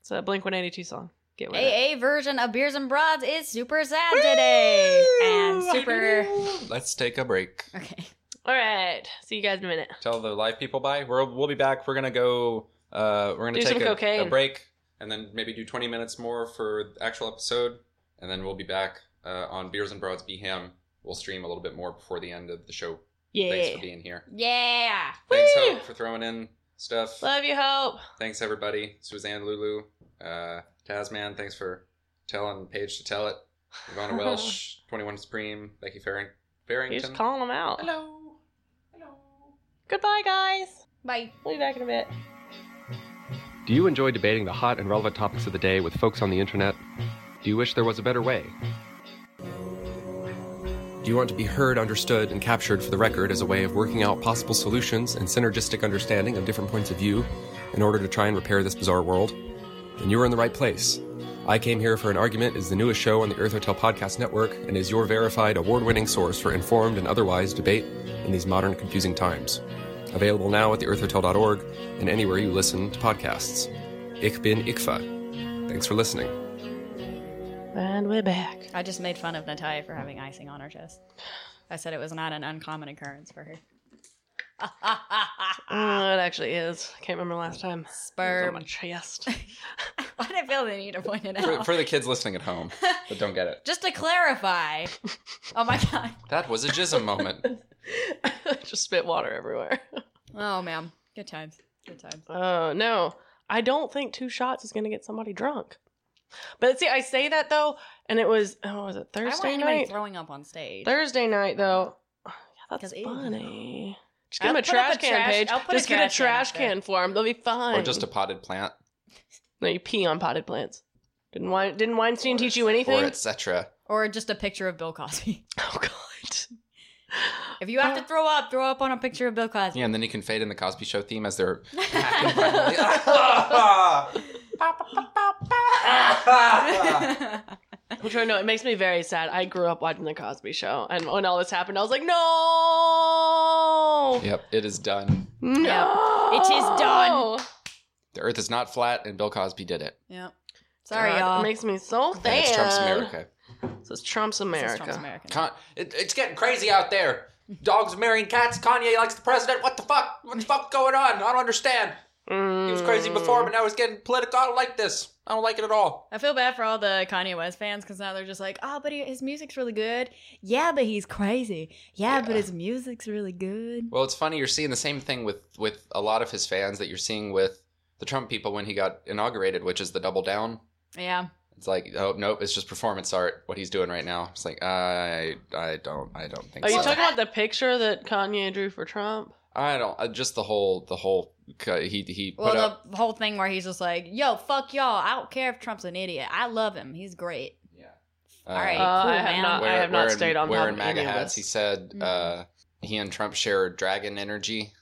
Speaker 2: It's a Blink 182 song. Get with it.
Speaker 3: AA version of Beers and Broads is super sad today. And
Speaker 1: Woo!
Speaker 3: super.
Speaker 1: Let's take a break.
Speaker 3: Okay.
Speaker 2: All right. See you guys in a minute.
Speaker 1: Tell the live people bye. We're, we'll be back. We're gonna go. Uh, we're gonna
Speaker 2: Do
Speaker 1: take
Speaker 2: some
Speaker 1: a, a
Speaker 2: cocaine.
Speaker 1: break and then maybe do 20 minutes more for the actual episode, and then we'll be back uh, on Beers and Broads. Be him. We'll stream a little bit more before the end of the show. Thanks
Speaker 2: Yeah.
Speaker 1: for being here.
Speaker 3: Yeah.
Speaker 1: Thanks
Speaker 2: Woo!
Speaker 1: Hope for throwing in stuff.
Speaker 2: Love you, Hope.
Speaker 1: Thanks everybody. Suzanne, Lulu, uh, Tasman. Thanks for telling Paige to tell it. Ivana Welsh, 21 Supreme, Becky Farring-
Speaker 2: You're just
Speaker 1: Farrington.
Speaker 2: calling them out.
Speaker 1: Hello. Hello.
Speaker 2: Goodbye, guys.
Speaker 3: Bye.
Speaker 2: We'll be back in a bit.
Speaker 4: Do you enjoy debating the hot and relevant topics of the day with folks on the internet? Do you wish there was a better way? Do you want to be heard, understood, and captured for the record as a way of working out possible solutions and synergistic understanding of different points of view in order to try and repair this bizarre world? Then you are in the right place. I Came Here for an Argument is the newest show on the Earth Hotel Podcast Network and is your verified award winning source for informed and otherwise debate in these modern confusing times. Available now at theearthhotel.org and anywhere you listen to podcasts. Ich bin Ikfa. Thanks for listening.
Speaker 2: And we're back.
Speaker 3: I just made fun of Natalia for having icing on her chest. I said it was not an uncommon occurrence for her.
Speaker 2: Oh, it actually is. I can't remember last time. It was on my
Speaker 3: Sperm.
Speaker 2: chest.
Speaker 3: Why did I feel the need to point it
Speaker 1: for,
Speaker 3: out?
Speaker 1: for the kids listening at home that don't get it.
Speaker 3: Just to clarify. Oh my god.
Speaker 1: That was a jism moment.
Speaker 2: just spit water everywhere.
Speaker 3: Oh man. Good times. Good times.
Speaker 2: Oh, no. I don't think two shots is going to get somebody drunk. But see, I say that though, and it was, oh, was it
Speaker 3: I don't want
Speaker 2: Thursday
Speaker 3: anybody
Speaker 2: night?
Speaker 3: throwing up on stage.
Speaker 2: Thursday night though. Yeah,
Speaker 3: 'Cause
Speaker 2: that's
Speaker 3: ew.
Speaker 2: funny. Just give
Speaker 3: I'll
Speaker 2: them a
Speaker 3: put up
Speaker 2: trash
Speaker 3: a
Speaker 2: can,
Speaker 3: trash-
Speaker 2: Paige.
Speaker 3: I'll put a
Speaker 2: Just get a
Speaker 3: trash can
Speaker 2: trash
Speaker 3: up
Speaker 2: can,
Speaker 3: there.
Speaker 2: for them. They'll be fine.
Speaker 1: Or just a potted plant.
Speaker 2: no, you pee on potted plants. Didn't Wein- didn't Weinstein
Speaker 1: Or
Speaker 2: teach you
Speaker 1: et-
Speaker 2: anything?
Speaker 1: Or etc.
Speaker 3: Or just a picture of Bill Cosby.
Speaker 2: Oh God.
Speaker 3: If you have to throw up, throw up on a picture of Bill Cosby.
Speaker 1: Yeah, and then you can fade in the Cosby Show theme as they're hacking violently.
Speaker 2: Which I know it makes me very sad. I grew up watching the Cosby Show, and when all this happened, I was like, no,
Speaker 1: yep, it is done.
Speaker 2: no,
Speaker 3: It is done.
Speaker 1: The Earth is not flat, and Bill Cosby did it.
Speaker 3: yep. Sorry,
Speaker 2: God,
Speaker 3: y'all.
Speaker 2: It makes me so sad.
Speaker 1: And it's Trump's America.
Speaker 2: This is Trump's America.
Speaker 3: This is Trump's American.
Speaker 1: Con- it, it's getting crazy out there. Dogs marrying cats. Kanye likes the president. What the fuck? What the fuck going on? I don't understand.
Speaker 2: Mm.
Speaker 1: He was crazy before, but now he's getting political. I don't like this. I don't like it at all.
Speaker 3: I feel bad for all the Kanye West fans because now they're just like, oh, but he, his music's really good. Yeah, but he's crazy. Yeah, but
Speaker 1: Yeah.
Speaker 3: his music's really good.
Speaker 1: Well, it's funny you're seeing the same thing with with a lot of his fans that you're seeing with the Trump people when he got inaugurated, which is the double down.
Speaker 3: Yeah.
Speaker 1: It's like, oh nope, it's just performance art. What he's doing right now. It's like, I, I don't, I don't think.
Speaker 2: Are you
Speaker 1: so.
Speaker 2: talking about the picture that Kanye drew for Trump?
Speaker 1: I don't. uh, Just the whole, the whole. He he put
Speaker 3: Well, the
Speaker 1: up.
Speaker 3: whole thing where he's just like, yo, fuck y'all. I don't care if Trump's an idiot. I love him. He's great.
Speaker 1: Yeah.
Speaker 3: All right.
Speaker 2: Uh, I have
Speaker 3: man.
Speaker 2: not. I have not stayed on top
Speaker 1: Wearing
Speaker 2: of
Speaker 1: MAGA
Speaker 2: any of
Speaker 1: hats,
Speaker 2: this.
Speaker 1: he said.
Speaker 2: Mm-hmm.
Speaker 3: Mhm.
Speaker 1: Uh, he and Trump share dragon energy,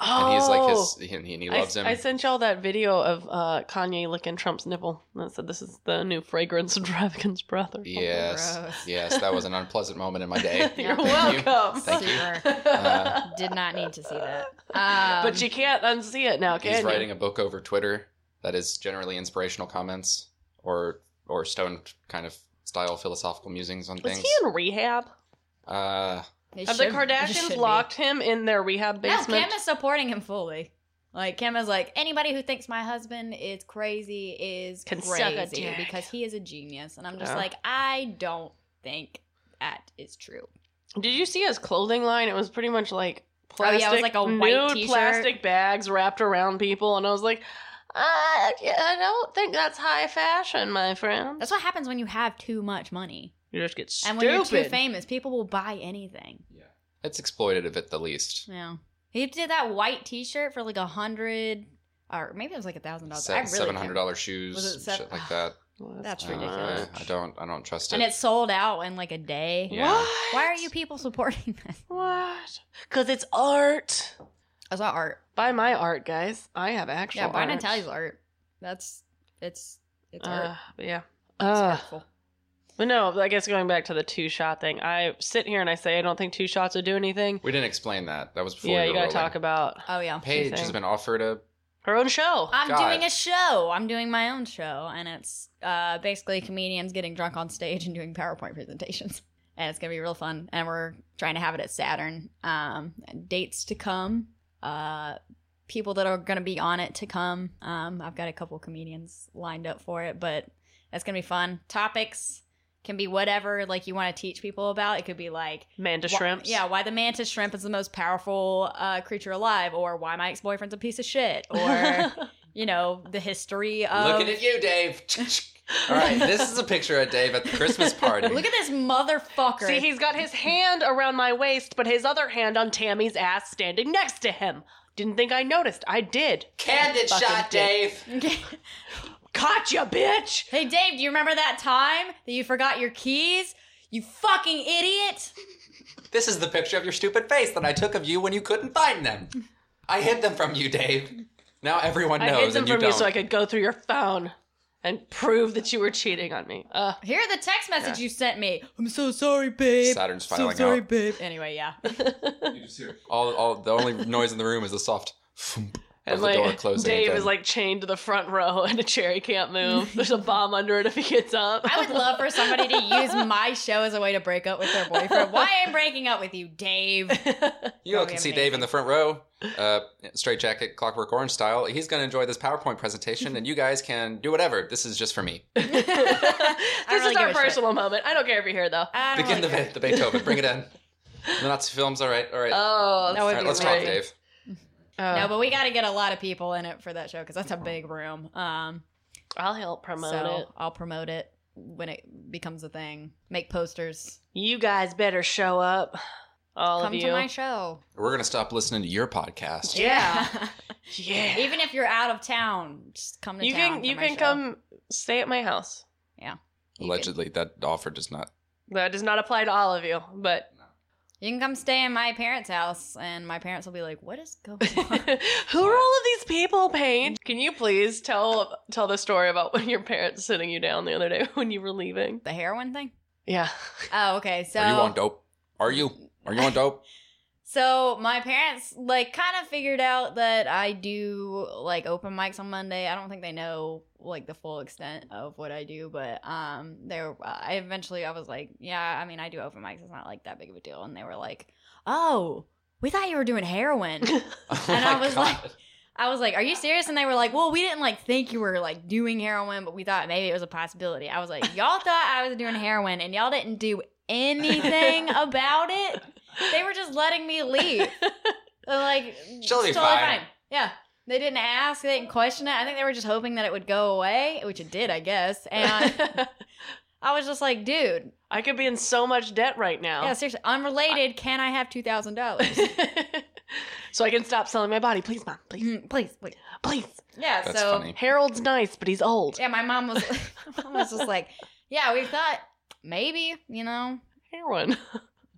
Speaker 2: Oh,
Speaker 1: and he's like his, and he,
Speaker 2: I-
Speaker 1: loves him.
Speaker 2: I, sent y'all that video of uh, Kanye licking Trump's nipple. And it said this is the new fragrance of Dragon's breath. Or something.
Speaker 1: yes,
Speaker 3: Gross.
Speaker 1: yes, that was an unpleasant moment in my day.
Speaker 2: You're
Speaker 1: Thank you.
Speaker 2: welcome.
Speaker 1: Thank you.
Speaker 3: Super.
Speaker 1: Uh,
Speaker 3: Did not need to see that. Um,
Speaker 2: but you can't unsee it now, can
Speaker 1: He's
Speaker 2: you?
Speaker 1: writing a book over Twitter that is generally inspirational comments or or stoned kind of style philosophical musings on
Speaker 2: Is
Speaker 1: things.
Speaker 2: he in rehab?
Speaker 1: Uh,
Speaker 3: it
Speaker 2: Have the
Speaker 3: should- it should
Speaker 2: Kardashians
Speaker 3: be.
Speaker 2: locked him in their rehab
Speaker 3: No,
Speaker 2: basement?
Speaker 3: Kim is supporting him fully. Like Kim is like anybody who thinks my husband is crazy is
Speaker 2: Can suck a
Speaker 3: crazy
Speaker 2: dick.
Speaker 3: because he is a genius, and I'm just
Speaker 2: Yeah.
Speaker 3: like I don't think that is true.
Speaker 2: Did you see his clothing line? It was pretty much like
Speaker 3: Oh, yeah, it was
Speaker 2: plastic,
Speaker 3: like a white
Speaker 2: nude
Speaker 3: t-shirt.
Speaker 2: plastic bags wrapped around people, and I was like, uh, yeah, I don't think that's high fashion, my friend.
Speaker 3: That's what happens when you have too much money
Speaker 2: You just get stupid.
Speaker 3: and when you're too famous. People will buy anything.
Speaker 1: it's exploitative at the least.
Speaker 3: Yeah, he did that white T-shirt for like a hundred or maybe it was like a thousand dollars. I really
Speaker 1: Seven hundred
Speaker 3: can't-
Speaker 1: dollar shoes,
Speaker 3: Was it seven-
Speaker 1: shit like that. Uh,
Speaker 2: Well,
Speaker 3: That's
Speaker 2: too
Speaker 3: ridiculous.
Speaker 1: I
Speaker 2: much.
Speaker 1: don't. I don't trust it.
Speaker 3: and it sold out in like a day.
Speaker 1: Yeah.
Speaker 2: What?
Speaker 3: Why are you people supporting this?
Speaker 2: What? Because it's art.
Speaker 3: I saw art.
Speaker 2: Buy my art, guys. I have actual
Speaker 3: Yeah,
Speaker 2: art.
Speaker 3: Brian Natalia's art. That's it's it's
Speaker 2: Uh,
Speaker 3: art.
Speaker 2: but yeah.
Speaker 3: It's
Speaker 2: Uh,
Speaker 3: hurtful.
Speaker 2: but no, I guess going back to the two shot thing, I sit here and I say I don't think two shots would do anything.
Speaker 1: we didn't explain that. That was before.
Speaker 2: yeah,
Speaker 1: we
Speaker 2: you
Speaker 1: were
Speaker 2: gotta
Speaker 1: rolling.
Speaker 2: talk about
Speaker 3: Oh yeah.
Speaker 1: Paige
Speaker 2: Anything.
Speaker 1: has been offered a
Speaker 2: Her own show.
Speaker 3: I'm
Speaker 1: God.
Speaker 3: doing a show. I'm doing my own show, and it's uh, basically comedians getting drunk on stage and doing PowerPoint presentations. And it's gonna be real fun. And we're trying to have it at Saturn. Um, dates to come. Uh, people that are gonna be on it to come. Um, I've got a couple comedians lined up for it, but that's gonna be fun. Topics can be whatever like you want to teach people about. It could be like
Speaker 2: Manta
Speaker 3: why-
Speaker 2: Shrimps.
Speaker 3: yeah, why the mantis shrimp is the most powerful uh, creature alive, or why my ex boyfriend's a piece of shit, or you know the history of.
Speaker 1: Looking at you, Dave. All right, this is a picture of Dave at the Christmas party.
Speaker 3: Look at this motherfucker.
Speaker 2: See, he's got his hand around my waist, but his other hand on Tammy's ass standing next to him. Didn't think I noticed. I did.
Speaker 1: Candid
Speaker 2: Fucking
Speaker 1: shot, Dave.
Speaker 2: Caught ya, bitch!
Speaker 3: hey Dave, do you remember that time that you forgot your keys? You fucking idiot!
Speaker 1: This is the picture of your stupid face that I took of you when you couldn't find them. I hid them from you, Dave. Now everyone knows,
Speaker 2: I hid them
Speaker 1: and you
Speaker 2: from
Speaker 1: don't.
Speaker 2: you so I could go through your phone and prove that you were cheating on me. Uh,
Speaker 3: Here are the text message you sent me. I'm so sorry, babe.
Speaker 1: Saturn's
Speaker 3: so
Speaker 1: filing
Speaker 3: sorry,
Speaker 1: out.
Speaker 3: babe. Anyway, yeah.
Speaker 1: All, all the only noise in the room is the soft thump of
Speaker 2: and
Speaker 1: the door
Speaker 2: like,
Speaker 1: closing.
Speaker 2: Dave
Speaker 1: again.
Speaker 2: is like chained to the front row, and a chair he can't move. There's a bomb under it if he gets up.
Speaker 3: I would love for somebody to use my show as a way to break up with their boyfriend. Why am I breaking up with you, Dave?
Speaker 1: you all can
Speaker 3: that'd be
Speaker 1: see Dave in the front row, uh, straight jacket, clockwork orange style. He's going to enjoy this PowerPoint presentation, and you guys can do whatever. This is just for me.
Speaker 2: Oh this
Speaker 3: really
Speaker 2: is our
Speaker 3: give a shit.
Speaker 2: personal moment. I don't care if you're here though.
Speaker 3: I don't
Speaker 1: Begin
Speaker 3: really
Speaker 1: the,
Speaker 3: care.
Speaker 1: Be- the Beethoven. Bring it in. The Nazi films. All right. All right.
Speaker 2: Oh,
Speaker 3: That would
Speaker 1: all right
Speaker 3: be
Speaker 1: let's talk,
Speaker 3: amazing.
Speaker 1: Dave.
Speaker 2: Oh.
Speaker 3: No, but we got to get a lot of people in it for that show because that's a big room. Um,
Speaker 2: I'll help promote
Speaker 3: so
Speaker 2: it.
Speaker 3: I'll promote it when it becomes a thing. Make posters.
Speaker 2: You guys better show up. All
Speaker 3: Come
Speaker 2: of you.
Speaker 3: to my show.
Speaker 1: We're going to stop listening to your podcast.
Speaker 2: Yeah. yeah.
Speaker 3: Even if you're out of town, just come to
Speaker 2: you
Speaker 3: town.
Speaker 2: can
Speaker 3: for
Speaker 2: you
Speaker 3: my
Speaker 2: can
Speaker 3: show.
Speaker 2: come stay at my house.
Speaker 3: You can,
Speaker 1: Allegedly, that offer does not.
Speaker 2: That does not apply to all of you, but
Speaker 3: you can come stay in my parents' house, and my parents will be like, "What is going on?"
Speaker 2: who are all of these people, Paige? Can you please tell tell the story about when your parents sitting you down the other day when you were leaving?
Speaker 3: the heroin thing.
Speaker 2: Yeah.
Speaker 3: Oh, okay. So
Speaker 1: Are you on dope? Are you? Are you on dope?
Speaker 3: So my parents like kind of figured out that I do like open mics on Monday. I don't think they know like the full extent of what I do, but um, they were. I eventually I was like, yeah, I mean I do open mics. It's not like that big of a deal. And they were like, oh, we thought you were doing heroin.
Speaker 1: Oh
Speaker 3: And
Speaker 1: my
Speaker 3: I was
Speaker 1: God.
Speaker 3: I was like, are you serious? And they were like, well, we didn't like think you were like doing heroin, but we thought maybe it was a possibility. I was like, y'all thought I was doing heroin, and y'all didn't do anything about it. They were just letting me leave. They're like
Speaker 1: She'll be
Speaker 3: it's totally
Speaker 1: fine.
Speaker 3: fine. Yeah. They didn't ask, they didn't question it. I think they were just hoping that it would go away, which it did, I guess. And I was just like, dude,
Speaker 2: I could be in so much debt right now.
Speaker 3: yeah, seriously, unrelated, can I have two thousand dollars?
Speaker 2: so I can stop selling my body, please, mom, please,
Speaker 3: Please, please.
Speaker 2: please.
Speaker 3: Yeah,
Speaker 1: That's
Speaker 3: so
Speaker 1: funny.
Speaker 2: Harold's nice, but he's old.
Speaker 3: yeah, my mom was my mom was just like, Yeah, we thought maybe, you know,
Speaker 2: Heroin.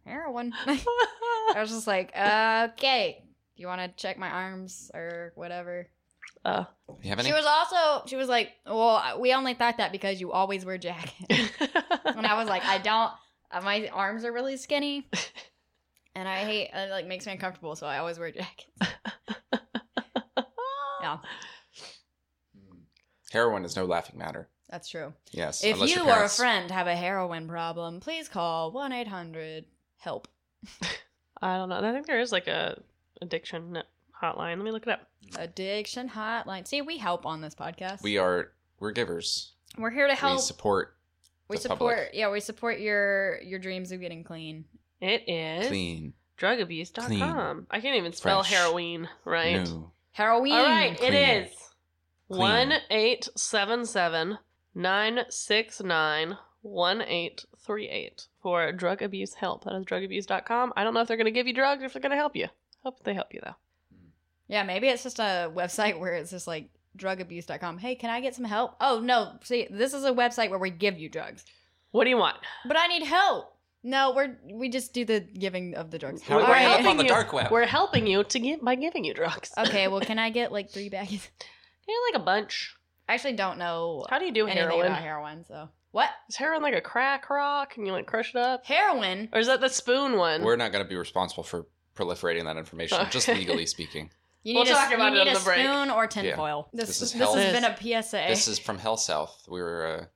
Speaker 3: heroin. I was just like, okay. Do you wanna check my arms or whatever?
Speaker 2: uh,
Speaker 1: You have any?
Speaker 3: She was also she was like, "Well, we only thought that because you always wear jackets." and I was like, "I don't. uh, My arms are really skinny, and I hate it. Like makes me uncomfortable, so I always wear jackets." yeah,
Speaker 1: Hmm. Heroin is no laughing matter.
Speaker 3: that's true.
Speaker 1: Yes.
Speaker 3: If
Speaker 1: unless
Speaker 3: you
Speaker 1: your
Speaker 3: or a
Speaker 1: parents-
Speaker 3: friend have a heroin problem, please call one eight hundred help.
Speaker 2: I don't know. I think there is like a addiction hotline. Let me look it up.
Speaker 3: Addiction hotline. See, we help on this podcast.
Speaker 1: We are. We're givers.
Speaker 3: We're here to
Speaker 1: We
Speaker 3: help.
Speaker 1: support
Speaker 3: We
Speaker 1: the
Speaker 3: support.
Speaker 1: public.
Speaker 3: Yeah, we support your your dreams of getting clean.
Speaker 2: It is
Speaker 1: clean,
Speaker 2: drugabuse.com.
Speaker 1: Clean.
Speaker 2: I can't even spell
Speaker 1: Fresh.
Speaker 2: heroin right.
Speaker 1: new.
Speaker 3: Heroin.
Speaker 2: All right,
Speaker 1: Clean.
Speaker 2: it is
Speaker 1: Clean.
Speaker 2: one eight seven seven nine six nine one eight three eight for drug abuse help. That is drugabuse.com. I don't know if they're going to give you drugs or if they're going to help you. Hope they help you though.
Speaker 3: Yeah, maybe it's just a website where it's just like drugabuse.com. Hey, can I get some help? Oh, no. See, this is a website where we give you drugs.
Speaker 2: What do you want?
Speaker 3: But I need help. No, we're we just do the giving of the drugs.
Speaker 1: How
Speaker 2: We're
Speaker 1: do
Speaker 3: All
Speaker 1: I help
Speaker 2: helping
Speaker 1: on the
Speaker 2: you.
Speaker 1: dark web?
Speaker 2: We're helping you to get by giving you drugs.
Speaker 3: Okay, well, can I get like three baggies?
Speaker 2: Yeah, like a bunch.
Speaker 3: I actually don't know
Speaker 2: How do you do
Speaker 3: anything
Speaker 2: heroin?
Speaker 3: about heroin, so. What?
Speaker 2: Is heroin like a crack rock and you like crush it up?
Speaker 3: Heroin?
Speaker 2: Or is that the spoon one?
Speaker 1: We're not going to be responsible for proliferating that information, just
Speaker 2: Okay.
Speaker 1: legally speaking.
Speaker 3: You
Speaker 2: We'll
Speaker 3: need a,
Speaker 2: talk about
Speaker 3: you
Speaker 2: it
Speaker 3: need
Speaker 2: on
Speaker 3: a
Speaker 2: the break.
Speaker 3: spoon or tinfoil.
Speaker 2: This,
Speaker 1: This
Speaker 2: is
Speaker 1: is
Speaker 3: This
Speaker 1: hell.
Speaker 2: hell.
Speaker 3: has been a PSA.
Speaker 1: This is from Hell South. We were uh,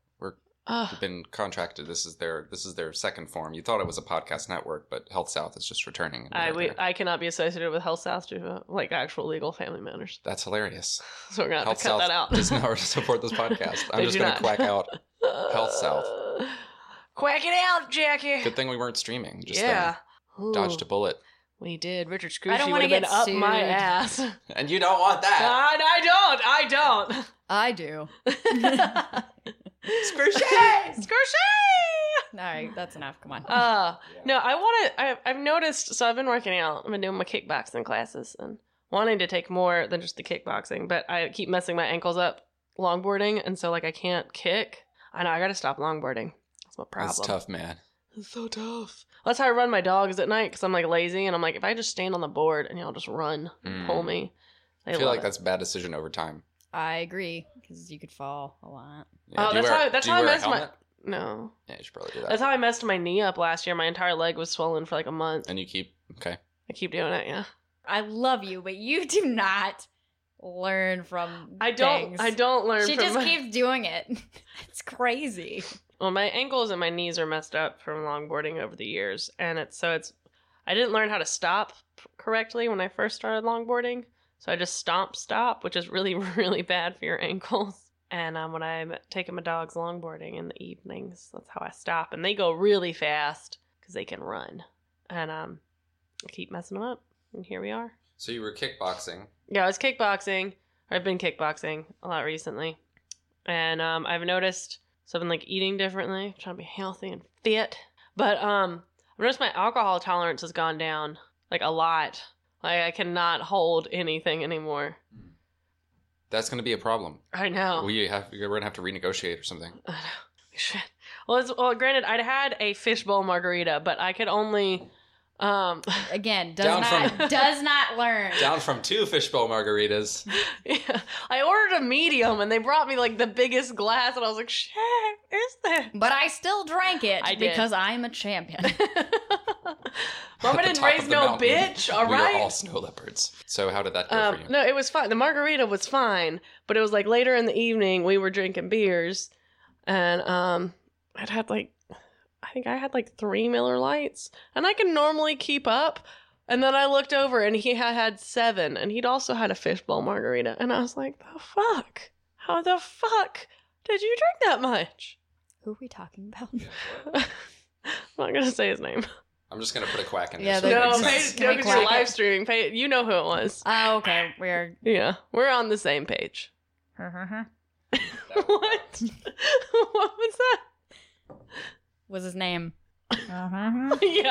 Speaker 2: Ugh.
Speaker 1: been contracted. This is their this is their second form. You thought it was a podcast network, but Health South is just returning. and
Speaker 2: I
Speaker 1: we're
Speaker 2: we,
Speaker 1: there.
Speaker 2: I cannot be associated with Hell South due to like actual legal family matters.
Speaker 1: That's hilarious.
Speaker 2: So we're gonna have
Speaker 1: Health
Speaker 2: to cut
Speaker 1: South
Speaker 2: that out.
Speaker 1: does not support this podcast. I'm
Speaker 2: They
Speaker 1: just
Speaker 2: do
Speaker 1: gonna
Speaker 2: not.
Speaker 1: quack out. Health South.
Speaker 2: Quack it out, Jackie.
Speaker 1: Good thing we weren't streaming. Just
Speaker 2: yeah.
Speaker 1: then. dodged a
Speaker 2: Ooh,
Speaker 1: bullet,
Speaker 2: We did. Richard
Speaker 3: I don't
Speaker 2: Scrooge would
Speaker 3: wanna
Speaker 2: have been
Speaker 3: get
Speaker 2: up my
Speaker 3: sued.
Speaker 2: ass. and
Speaker 1: and you don't want that.
Speaker 2: I don't. I don't.
Speaker 3: I do.
Speaker 2: Scrooge. Scrooge.
Speaker 3: All right, that's enough. Come on.
Speaker 2: Uh,
Speaker 1: Yeah.
Speaker 2: no, I want to. I've, I've noticed. So I've been working out. I've been doing my kickboxing classes and wanting to take more than just the kickboxing. But I keep messing my ankles up longboarding, and so like I can't kick. I know I got to stop longboarding. That's my problem.
Speaker 1: That's tough, man.
Speaker 2: It's so tough. That's how I run my dogs at night because I'm like lazy and I'm like if I just stand on the board and y'all just run,
Speaker 1: Mm.
Speaker 2: pull me. They
Speaker 1: I feel
Speaker 2: love
Speaker 1: like
Speaker 2: it.
Speaker 1: that's a bad decision over time.
Speaker 3: I agree because you could fall a lot.
Speaker 1: Yeah,
Speaker 2: Oh,
Speaker 1: do you
Speaker 2: that's
Speaker 1: wear-
Speaker 2: how- that's
Speaker 1: do you
Speaker 2: how I
Speaker 1: wear a
Speaker 2: messed my-
Speaker 1: helmet?
Speaker 2: no.
Speaker 1: Yeah, you should probably do that.
Speaker 2: That's how I messed my knee up last year. My entire leg was swollen for like a month.
Speaker 1: and you keep okay.
Speaker 2: I keep doing it. Yeah.
Speaker 3: I love you, but you do not learn from.
Speaker 2: I don't.
Speaker 3: things.
Speaker 2: I don't learn.
Speaker 3: She
Speaker 2: from
Speaker 3: just
Speaker 2: my-
Speaker 3: keeps doing it. It's crazy.
Speaker 2: Well, my ankles and my knees are messed up from longboarding over the years, and it's so it's. I didn't learn how to stop p- correctly when I first started longboarding, so I just stomp stop, which is really really bad for your ankles. And um, when I'm taking my dogs longboarding in the evenings, that's how I stop, and they go really fast because they can run, and um, I keep messing them up, and here we are.
Speaker 1: So you were kickboxing.
Speaker 2: Yeah, I was kickboxing. I've been kickboxing a lot recently. And um, I've noticed so I've been like eating differently, trying to be healthy and fit. But um, I've noticed my alcohol tolerance has gone down like a lot. Like I cannot hold anything anymore.
Speaker 1: That's going to be a problem.
Speaker 2: I know.
Speaker 1: We have we're going to have to renegotiate or something.
Speaker 2: I know. Shit. Well, it's, well, granted, I'd had a fishbowl margarita, but I could only. Um,
Speaker 3: Again, does
Speaker 1: Down
Speaker 3: not
Speaker 2: from-
Speaker 3: does not learn.
Speaker 1: Down from two fishbowl margaritas.
Speaker 2: yeah, I ordered a medium, and they brought me like the biggest glass, and I was like, "Shit, what is that?"
Speaker 3: But I still drank it
Speaker 2: I did.
Speaker 3: because I'm a champion.
Speaker 2: Mama
Speaker 1: At the
Speaker 2: didn't
Speaker 1: top
Speaker 2: raise
Speaker 1: of the
Speaker 2: no
Speaker 1: mountain,
Speaker 2: bitch, all
Speaker 1: we
Speaker 2: right?
Speaker 1: were all snow leopards. So how did that go
Speaker 2: um,
Speaker 1: for you?
Speaker 2: no, it was fine. The margarita was fine, but it was like later in the evening we were drinking beers, and um, I'd had like, I think I had like three Miller Lights, and I can normally keep up. And then I looked over, and he had had seven, and he'd also had a fishbowl margarita, and I was like, the fuck? How the fuck did you drink that much?
Speaker 3: Who are we talking about?
Speaker 2: I'm not gonna say his name.
Speaker 1: I'm just gonna put a quack in
Speaker 3: Yeah,
Speaker 1: there.
Speaker 3: that
Speaker 2: No,
Speaker 1: so it
Speaker 3: makes
Speaker 2: pay,
Speaker 1: makes
Speaker 3: sense.
Speaker 1: sense.
Speaker 3: Can
Speaker 2: no,
Speaker 3: we
Speaker 2: because you're
Speaker 3: crack it?
Speaker 2: live streaming. Pay, you know who it was.
Speaker 3: Oh, okay. We're
Speaker 2: Yeah, we're on the same page.
Speaker 3: Uh-huh.
Speaker 2: what? what was that?
Speaker 3: was his name?
Speaker 2: Yeah, what? you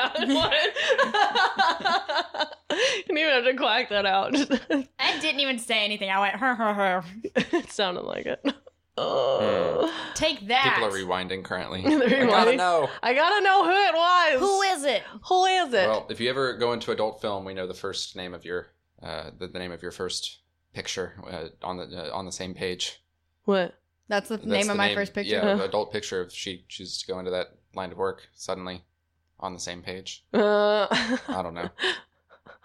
Speaker 2: didn't even have to quack that out.
Speaker 3: I didn't even say anything. I went her her her.
Speaker 2: it sounded like it.
Speaker 1: Hmm.
Speaker 2: Oh.
Speaker 3: Take that.
Speaker 1: People are rewinding currently.
Speaker 2: They're
Speaker 1: I gotta
Speaker 2: rewinding.
Speaker 1: know.
Speaker 2: I gotta know who it was.
Speaker 3: Who is it?
Speaker 2: Who is it?
Speaker 1: Well, if you ever go into adult film, we know the first name of your uh, the, the name of your first picture uh, on the uh, on the same page.
Speaker 2: what?
Speaker 3: That's the
Speaker 1: That's
Speaker 3: name
Speaker 1: the
Speaker 3: of my first picture.
Speaker 1: Yeah,
Speaker 2: Huh.
Speaker 1: the adult picture. If she chooses to go into that line of work suddenly on the same page,
Speaker 2: Uh,
Speaker 1: I don't know.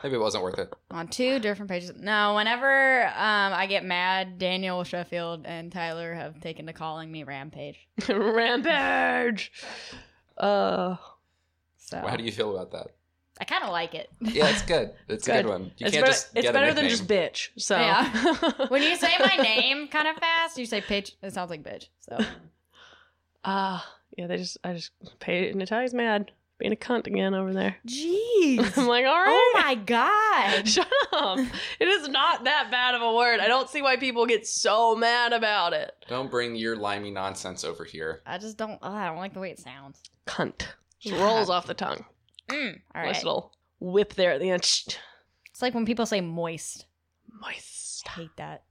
Speaker 1: Maybe it wasn't worth it.
Speaker 3: on two different pages. No, whenever um, I get mad, Daniel Sheffield and Tyler have taken to calling me Rampage.
Speaker 2: rampage. Uh,
Speaker 3: So
Speaker 1: How do you feel about that?
Speaker 3: I kind of like it.
Speaker 1: Yeah, it's good. It's a
Speaker 2: Good.
Speaker 1: good one. You
Speaker 2: it's
Speaker 1: can't
Speaker 2: better,
Speaker 1: just
Speaker 2: it's
Speaker 1: get a
Speaker 2: better than
Speaker 1: nickname.
Speaker 2: just bitch. So
Speaker 3: Yeah. when you say my name kind of fast, you say pitch. It sounds like bitch. So
Speaker 2: Ah, yeah, they just I just paid it. Natalia's mad, being a cunt again over there. I'm
Speaker 3: jeez.
Speaker 2: like, all
Speaker 3: oh
Speaker 2: right,
Speaker 3: my god.
Speaker 2: shut up. It is not that bad of a word. I don't see why people get so mad about it.
Speaker 1: Don't bring your limey nonsense over here.
Speaker 3: I just don't. Oh, I don't like the way it sounds.
Speaker 2: Cunt just rolls off the tongue.
Speaker 3: Mm, all
Speaker 2: Nice
Speaker 3: right.
Speaker 2: little whip there at the end. Shh.
Speaker 3: It's like when people say moist.
Speaker 2: Moist,
Speaker 3: I hate that.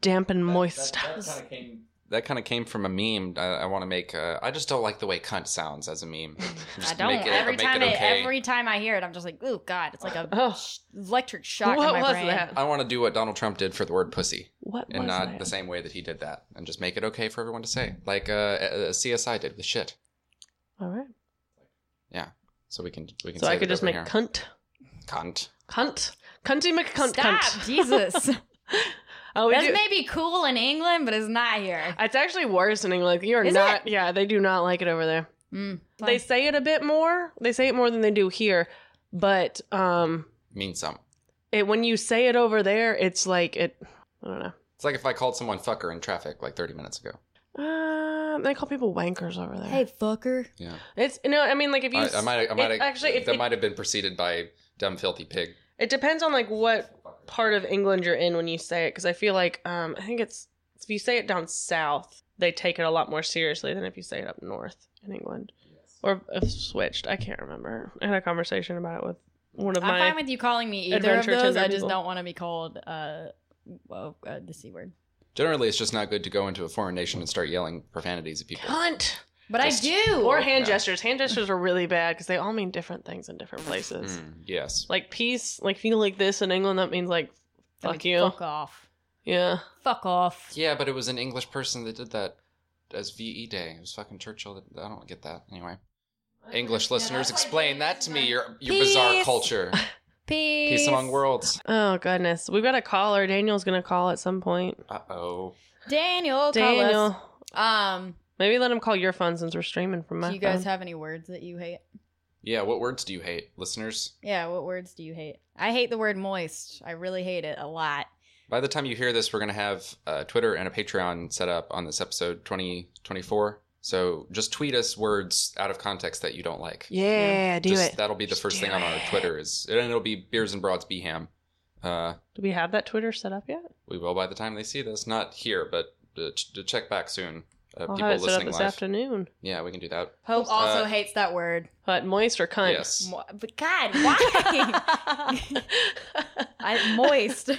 Speaker 2: damp and moist.
Speaker 1: of came. That kind of came from a meme. I, I want to make. Uh, I just don't like the way "cunt" sounds as a meme. Just
Speaker 3: I don't.
Speaker 1: make it-
Speaker 3: every
Speaker 1: make
Speaker 3: time,
Speaker 1: it
Speaker 3: I,
Speaker 1: okay.
Speaker 3: every time I hear it, I'm just like, ooh, god. It's like a
Speaker 2: Oh,
Speaker 3: sh- electric shock
Speaker 2: what
Speaker 3: in my
Speaker 2: was
Speaker 3: brain.
Speaker 2: that?
Speaker 1: I want to do what Donald Trump did for the word "pussy"
Speaker 2: What
Speaker 1: and
Speaker 2: was
Speaker 1: not
Speaker 2: that?
Speaker 1: the same way that he did that, and just make it okay for everyone to say, like uh, uh, CSI did with shit.
Speaker 2: All right,
Speaker 1: So we can we can.
Speaker 2: so
Speaker 1: say
Speaker 2: I could
Speaker 1: that
Speaker 2: just
Speaker 1: over
Speaker 2: make
Speaker 1: here.
Speaker 2: cunt,
Speaker 1: cunt.
Speaker 2: cunt, Cunty McCunt.
Speaker 3: Stop,
Speaker 2: cunt.
Speaker 3: Jesus.
Speaker 2: Oh, we
Speaker 3: That's
Speaker 2: do.
Speaker 3: maybe cool in England, but it's not here.
Speaker 2: it's actually worse in England. You are
Speaker 3: Is
Speaker 2: not. Yeah, they do not like it over there.
Speaker 3: Mm.
Speaker 2: They say it a bit more. They say it more than they do here, but um,
Speaker 1: Means something.
Speaker 2: it when you say it over there, it's like it. I don't know.
Speaker 1: It's like if I called someone fucker in traffic like 30 minutes ago.
Speaker 2: Uh, they call people wankers over there.
Speaker 3: Hey, fucker.
Speaker 1: Yeah.
Speaker 2: It's no, I mean, like if you
Speaker 1: I, I might I might
Speaker 2: it- actually, if
Speaker 1: that
Speaker 2: it-
Speaker 1: might have been preceded by dumb filthy pig.
Speaker 2: It depends on like what part of England you're in when you say it, because I feel like um, I think it's if you say it down south, they take it a lot more seriously than if you say it up north in England, or if switched. I can't remember. I had a conversation about it with one of
Speaker 3: I'm
Speaker 2: my.
Speaker 3: fine with you calling me either of
Speaker 2: adventure
Speaker 3: those.
Speaker 2: Tinder
Speaker 3: I just
Speaker 2: people.
Speaker 3: don't want to be called uh, well, uh, the c word.
Speaker 1: Generally, it's just not good to go into a foreign nation and start yelling profanities at people.
Speaker 2: Cunt
Speaker 3: But
Speaker 1: Just-
Speaker 3: I do.
Speaker 2: or hand
Speaker 1: Yeah.
Speaker 2: gestures. Hand gestures are really bad because they all mean different things in different places.
Speaker 1: Mm, yes.
Speaker 2: Like peace, like if you like this in England, that means like
Speaker 3: I mean,
Speaker 2: fuck you.
Speaker 3: Fuck off.
Speaker 2: Yeah,
Speaker 3: Fuck off.
Speaker 1: Yeah, but it was an English person that did that as VE Day. It was fucking Churchill. That, I don't get that. Anyway, English listeners, explain that to me. Your your bizarre
Speaker 3: Peace.
Speaker 1: culture.
Speaker 3: Peace.
Speaker 1: Peace among worlds.
Speaker 2: Oh goodness, we've got a caller. Daniel's gonna call at some point.
Speaker 1: Uh oh.
Speaker 3: Daniel, Daniel.
Speaker 2: Daniel,
Speaker 3: Um,
Speaker 2: maybe let him call your phone since we're streaming from my.
Speaker 3: do you
Speaker 2: phone.
Speaker 3: guys have any words that you hate?
Speaker 1: Yeah. What words do you hate, listeners?
Speaker 3: Yeah, what words do you hate? I hate the word moist. I really hate it a lot.
Speaker 1: By the time you hear this, we're going to have uh, Twitter and a Patreon set up on this episode 2024. so just tweet us words out of context that you don't like.
Speaker 2: Yeah, do
Speaker 1: just,
Speaker 2: it.
Speaker 1: That'll be the
Speaker 2: Just
Speaker 1: first
Speaker 2: do
Speaker 1: thing on our
Speaker 2: it.
Speaker 1: Twitter is, and it'll be Beers and Broads Beham. Uh,
Speaker 2: do we have that Twitter set up yet?
Speaker 1: we will by the time they see this, not here, but uh, ch- to check back soon. Uh,
Speaker 2: I'll
Speaker 1: people
Speaker 2: have it set up
Speaker 1: listening
Speaker 2: this
Speaker 1: live.
Speaker 2: afternoon.
Speaker 1: Yeah, we can do that.
Speaker 3: Hope also
Speaker 1: Uh,
Speaker 3: hates that word.
Speaker 2: But moist or cunt?
Speaker 1: Yes.
Speaker 3: Mo- but God, why? I moist.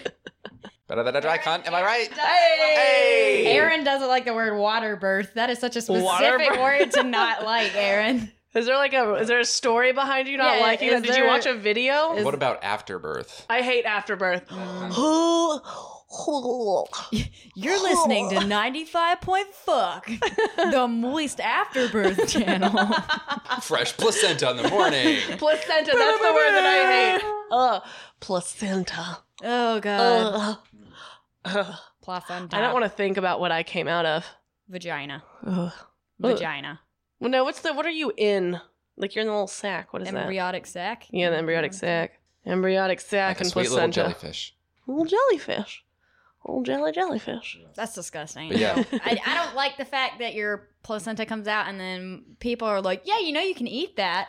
Speaker 1: Better than a dry cunt, am I right?
Speaker 2: Hey!
Speaker 3: Aaron doesn't like the word water birth. That is such a
Speaker 2: Water
Speaker 3: specific
Speaker 2: birth.
Speaker 3: word to not like, Aaron.
Speaker 2: Is there like a is there a story behind you not
Speaker 3: Yeah,
Speaker 2: liking
Speaker 3: is
Speaker 2: that? Did you
Speaker 3: there-
Speaker 2: watch a video?
Speaker 3: is-
Speaker 1: What about afterbirth?
Speaker 2: I hate afterbirth. Who? who- Oh.
Speaker 3: You're listening to 95.0 Fuck, the moist afterbirth channel.
Speaker 1: Fresh placenta in the morning.
Speaker 2: placenta. That's the word that I hate. Uh, placenta.
Speaker 3: Oh, God.
Speaker 2: Uh, uh.
Speaker 3: Plus on
Speaker 2: I don't want to think about what I came out of.
Speaker 3: Vagina.
Speaker 2: Ugh.
Speaker 3: Vagina.
Speaker 2: Well, no, what's the what are you in? Like you're in the little sack. What is that?
Speaker 3: Embryotic sac.
Speaker 2: Yeah, the embryotic sac. Embryotic sac
Speaker 1: like a
Speaker 2: and
Speaker 1: sweet little
Speaker 2: placenta.
Speaker 1: jellyfish.
Speaker 2: Little jellyfish. Little jelly jellyfish.
Speaker 3: That's disgusting.
Speaker 1: But yeah.
Speaker 3: I, I don't like the fact that your placenta comes out and then people are like, "Yeah, you know you can eat that."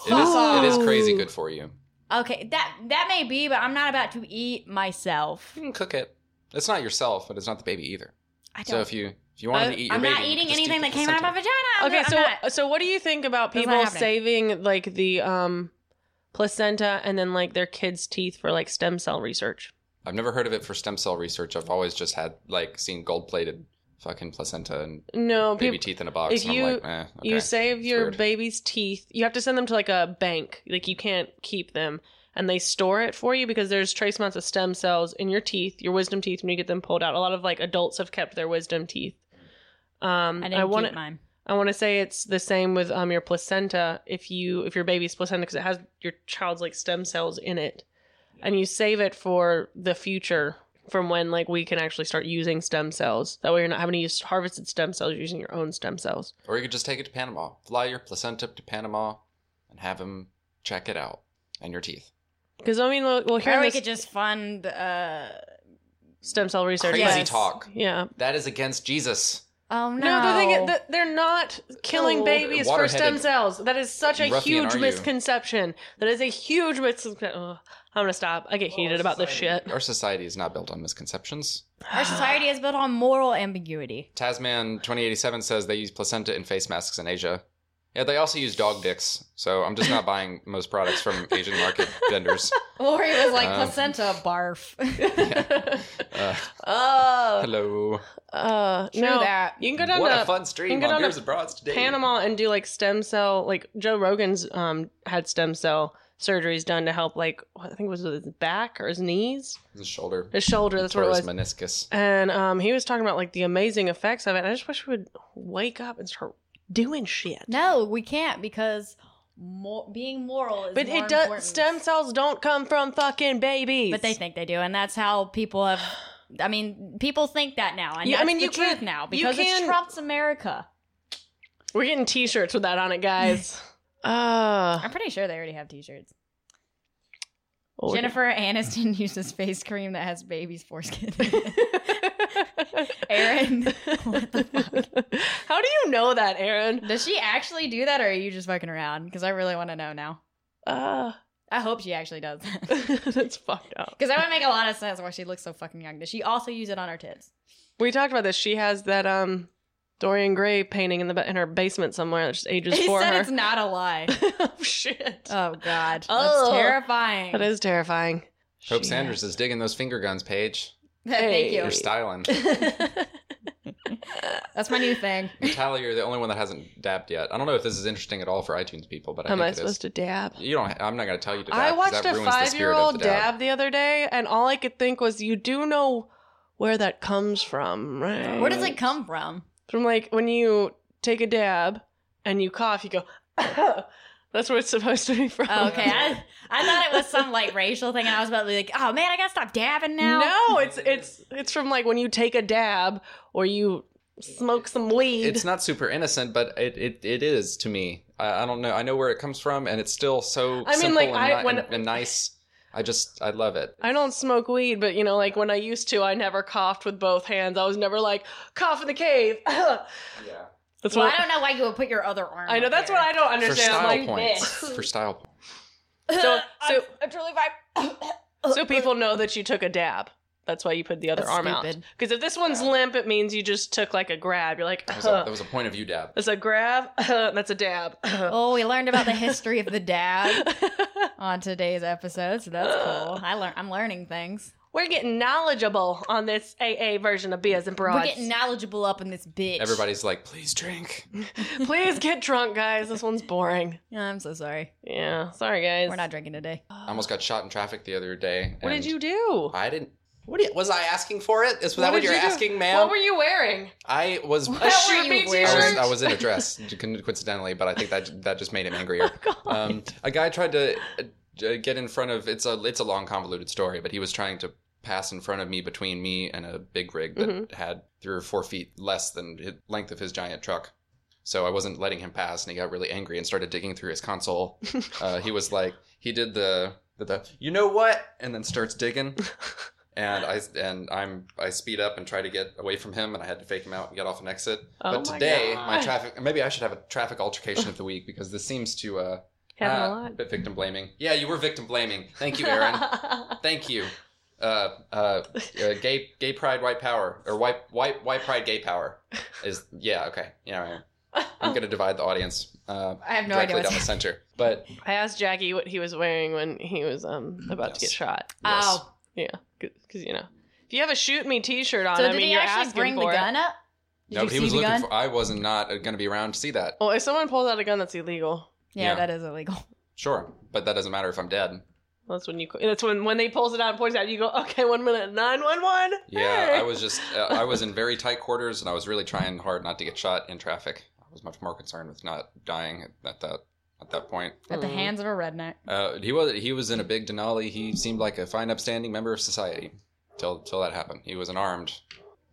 Speaker 1: It is,
Speaker 3: Fuck
Speaker 1: it is
Speaker 3: off.
Speaker 1: crazy good for you.
Speaker 3: Okay, that that may be, but I'm not about to eat myself.
Speaker 1: You can cook it. It's not yourself, but it's not the baby either.
Speaker 3: I don't.
Speaker 1: So if you if you wanted to eat your
Speaker 3: Uh, I'm
Speaker 1: baby,
Speaker 3: not
Speaker 1: you could
Speaker 3: eating
Speaker 1: just
Speaker 3: anything
Speaker 1: eat
Speaker 3: that
Speaker 1: the
Speaker 3: came out of my
Speaker 1: placenta.
Speaker 3: vagina. I'm
Speaker 2: okay,
Speaker 3: not-
Speaker 2: so
Speaker 3: I'm not-
Speaker 2: so what do you think about
Speaker 3: That's not
Speaker 2: people
Speaker 3: happening.
Speaker 2: saving like the um placenta and then like their kids' teeth for like stem cell research?
Speaker 1: I've never heard of it for stem cell research. I've always just had like seen gold plated fucking placenta and
Speaker 2: No,
Speaker 1: baby
Speaker 2: people
Speaker 1: teeth in a box.
Speaker 2: if
Speaker 1: and
Speaker 2: you-
Speaker 1: I'm like, eh, okay.
Speaker 2: You save
Speaker 1: It's
Speaker 2: your
Speaker 1: weird.
Speaker 2: baby's teeth. You have to send them to like a bank. Like you can't keep them. And they store it for you because there's trace amounts of stem cells in your teeth, your wisdom teeth, when you get them pulled out. A lot of like adults have kept their wisdom teeth. Um,
Speaker 3: I
Speaker 2: I,
Speaker 3: didn't
Speaker 2: want
Speaker 3: keep mine.
Speaker 2: I want to say it's the same with um your placenta. If you if your baby's placenta because it has your child's like stem cells in it, and you save it for the future from when like we can actually start using stem cells. That way you're not having to use harvested stem cells. You're using your own stem cells.
Speaker 1: Or you could just take it to Panama. Fly your placenta to Panama and have them check it out and your teeth.
Speaker 2: Because I mean, well, well here
Speaker 3: Or
Speaker 2: in
Speaker 3: we
Speaker 2: this
Speaker 3: could just fund. Uh,
Speaker 2: stem cell research.
Speaker 1: Crazy
Speaker 2: yes.
Speaker 1: talk.
Speaker 2: Yeah.
Speaker 1: That is against Jesus.
Speaker 3: oh no!
Speaker 2: No, the thing is that they're not killing
Speaker 1: No.
Speaker 2: babies for stem
Speaker 1: Water-headed
Speaker 2: cells. That is such a
Speaker 1: ruffian,
Speaker 2: huge
Speaker 1: are you?
Speaker 2: misconception. That is a huge misconception. I'm gonna stop. I get heated about this shit.
Speaker 1: Our society is not built on misconceptions.
Speaker 3: our society is built on moral ambiguity.
Speaker 1: Tasman 2087 says they use placenta in face masks in Asia. Yeah, they also use dog dicks. So I'm just not buying most products from Asian market vendors.
Speaker 3: Lori was like
Speaker 1: Um,
Speaker 3: placenta barf.
Speaker 1: Uh,
Speaker 2: Oh,
Speaker 1: hello.
Speaker 2: uh,
Speaker 3: True
Speaker 2: no.
Speaker 3: that.
Speaker 2: You can go down
Speaker 1: what
Speaker 2: to
Speaker 1: a fun stream
Speaker 2: can get
Speaker 1: on
Speaker 2: on
Speaker 1: Beers
Speaker 2: a
Speaker 1: and Broads today.
Speaker 2: Panama and do like stem cell. Like Joe Rogan's um had stem cell surgeries done to help like I think it was his back or his knees,
Speaker 1: His shoulder.
Speaker 2: his shoulder. That's what it
Speaker 1: Tore
Speaker 2: was.
Speaker 1: his meniscus.
Speaker 2: and um, he was talking about like the amazing effects of it. And I just wish we would wake up and start doing shit.
Speaker 3: no, we can't because Mo- being moral is
Speaker 2: But
Speaker 3: more
Speaker 2: it does.
Speaker 3: important.
Speaker 2: Stem cells don't come from fucking babies.
Speaker 3: But they think they do, and that's how people have. I mean, people think that now, and
Speaker 2: You- I
Speaker 3: that's
Speaker 2: mean,
Speaker 3: the
Speaker 2: you
Speaker 3: truth
Speaker 2: can't-
Speaker 3: now
Speaker 2: you
Speaker 3: because it's
Speaker 2: can-
Speaker 3: Trump's America.
Speaker 2: We're getting T-shirts with that on it, guys. uh,
Speaker 3: I'm pretty sure they already have T-shirts.
Speaker 2: what we
Speaker 3: Jennifer Aniston uses face cream that has baby's foreskin.
Speaker 2: got?
Speaker 3: Aaron, what the fuck?
Speaker 2: How do you know that, Aaron?
Speaker 3: Does she actually do that, or are you just fucking around? Because I really want to know now.
Speaker 2: Uh,
Speaker 3: I hope she actually does that.
Speaker 2: that's fucked up.
Speaker 3: Because that would make a lot of sense why she looks so fucking young. Does she also use it on her tits?
Speaker 2: We talked about this. She has that um Dorian Gray painting in the ba- in her basement somewhere that just ages
Speaker 3: he
Speaker 2: for
Speaker 3: said
Speaker 2: her.
Speaker 3: it's not a lie.
Speaker 2: oh shit.
Speaker 3: Oh god,
Speaker 2: Oh.
Speaker 3: that's terrifying.
Speaker 2: that is terrifying.
Speaker 1: Hope
Speaker 2: Shit.
Speaker 1: Sanders is digging those finger guns, Paige.
Speaker 3: Thank
Speaker 2: Hey.
Speaker 1: You're
Speaker 3: you.
Speaker 1: styling.
Speaker 3: That's my new thing.
Speaker 1: Natalia, you're the only one that hasn't dabbed yet. I don't know if this is interesting at all for iTunes people, but I
Speaker 2: Am
Speaker 1: think
Speaker 2: I
Speaker 1: it
Speaker 2: supposed to dab?
Speaker 1: is. You don't. I'm not going to tell you to dab.
Speaker 2: I
Speaker 1: 'cause
Speaker 2: watched
Speaker 1: that
Speaker 2: a
Speaker 1: ruins the spirit of
Speaker 2: five year old
Speaker 1: the dab.
Speaker 2: dab the other day, and all I could think was, you do know where that comes from, right?
Speaker 3: Where does it come from?
Speaker 2: From like when you take a dab and you cough, you go, that's where it's supposed to be from.
Speaker 3: Oh, okay, I, I thought it was some like racial thing, and I was about to be like, oh man, I gotta stop dabbing now.
Speaker 2: No, it's it's it's from like when you take a dab or you smoke some weed.
Speaker 1: It's not super innocent, but it it, it is to me. I, I don't know. I know where it comes from, and it's still so
Speaker 2: I mean,
Speaker 1: simple
Speaker 2: like,
Speaker 1: and,
Speaker 2: I-
Speaker 1: ni-
Speaker 2: when-
Speaker 1: and, and nice. I just I love it.
Speaker 2: I don't smoke weed, but you know, like when I used to, I never coughed with both hands. I was never like cough in the cave. that's
Speaker 1: Yeah.
Speaker 3: Well, I
Speaker 2: what
Speaker 3: don't know why you would put your other arm.
Speaker 2: I know.
Speaker 3: up
Speaker 2: That's
Speaker 3: there.
Speaker 2: what I don't
Speaker 1: For
Speaker 2: understand. I'm
Speaker 1: style
Speaker 2: like,
Speaker 1: points.
Speaker 2: this.
Speaker 1: For style points.
Speaker 2: So-
Speaker 3: I'm-
Speaker 2: so-
Speaker 3: I'm truly vibe.
Speaker 2: so people know that you took a dab. That's why you put the other
Speaker 3: That's
Speaker 2: arm out.
Speaker 3: stupid.
Speaker 2: Because if this one's limp, it means you just took like a grab. You're like,
Speaker 1: That was, a, that was a point of view dab.
Speaker 2: that's a grab. that's a dab.
Speaker 3: Oh, we learned about the history of the dab on today's episode, so that's cool. I learn. I'm learning things.
Speaker 2: We're getting knowledgeable on this AA version of Beers and Broads.
Speaker 3: We're getting knowledgeable up in this bitch.
Speaker 1: Everybody's like, please drink.
Speaker 2: Please get drunk, guys. This one's boring.
Speaker 3: Yeah, I'm so sorry.
Speaker 2: Yeah, sorry, guys.
Speaker 3: We're not drinking today.
Speaker 1: I almost got shot in traffic the other day.
Speaker 2: What did
Speaker 1: and
Speaker 2: you do?
Speaker 1: I didn't. What do you- was I asking for it? Is that
Speaker 2: What
Speaker 1: what,
Speaker 2: did
Speaker 1: you're
Speaker 2: you do?
Speaker 1: asking,
Speaker 2: What
Speaker 1: ma'am?
Speaker 2: were you wearing?
Speaker 1: I was.
Speaker 2: A
Speaker 1: I
Speaker 3: What were
Speaker 2: shoot
Speaker 3: you
Speaker 2: me
Speaker 3: wearing?
Speaker 1: was,
Speaker 2: t-shirt.
Speaker 1: I was in a dress, coincidentally, but I think that that just made him angrier. um, a guy tried to uh, j- get in front of. It's a it's a long convoluted story, but he was trying to pass in front of me between me and a big rig that had three or four feet less than the length of his giant truck. So I wasn't letting him pass, and he got really angry and started digging through his console. uh, he was like, he did the, the the you know what, and then starts digging. And I and I'm I speed up and try to get away from him, and I had to fake him out and get off an exit.
Speaker 2: Oh
Speaker 1: but
Speaker 2: my
Speaker 1: today,
Speaker 2: God.
Speaker 1: my traffic maybe I should have a traffic altercation of the week because this seems to uh,
Speaker 2: Having
Speaker 1: ah,
Speaker 2: a lot.
Speaker 1: bit victim blaming. Yeah, you were victim blaming. Thank you, Aaron. Thank you. Uh, uh, uh, gay, gay pride, white power, or white, white, white pride, gay power is yeah. Okay, yeah. all right. I'm gonna divide the audience. Uh,
Speaker 3: I have Oh. no
Speaker 1: directly
Speaker 3: idea what's
Speaker 1: down the center. But
Speaker 2: I asked Jackie what he was wearing when he was um about to
Speaker 1: Mm, Yes.
Speaker 2: get shot.
Speaker 1: yes.
Speaker 3: Oh,
Speaker 2: Yeah, because you know, if you have a shoot me T-shirt on,
Speaker 3: so
Speaker 2: I
Speaker 3: did
Speaker 2: mean,
Speaker 3: he
Speaker 2: you're
Speaker 3: actually
Speaker 2: asking
Speaker 3: bring the
Speaker 2: for it.
Speaker 3: gun up? Did
Speaker 1: no,
Speaker 3: you
Speaker 1: he
Speaker 3: see
Speaker 1: was
Speaker 3: the
Speaker 1: looking
Speaker 3: gun?
Speaker 1: for. I was not gonna be around to see that.
Speaker 2: Well, if someone pulls out a gun, that's illegal.
Speaker 3: yeah,
Speaker 1: Yeah.
Speaker 3: that is illegal.
Speaker 1: Sure, but that doesn't matter if I'm dead.
Speaker 2: That's when you. That's when when they pulls it out and points it out. You go, okay, one minute, nine one one.
Speaker 1: Yeah, I was just uh, I was in very tight quarters, and I was really trying hard not to get shot in traffic. I was much more concerned with not dying at, at that at that point.
Speaker 3: At the
Speaker 2: Mm.
Speaker 3: hands of a redneck.
Speaker 1: Uh, he was he was in a big Denali. He seemed like a fine, upstanding member of society till till that happened. He was an armed,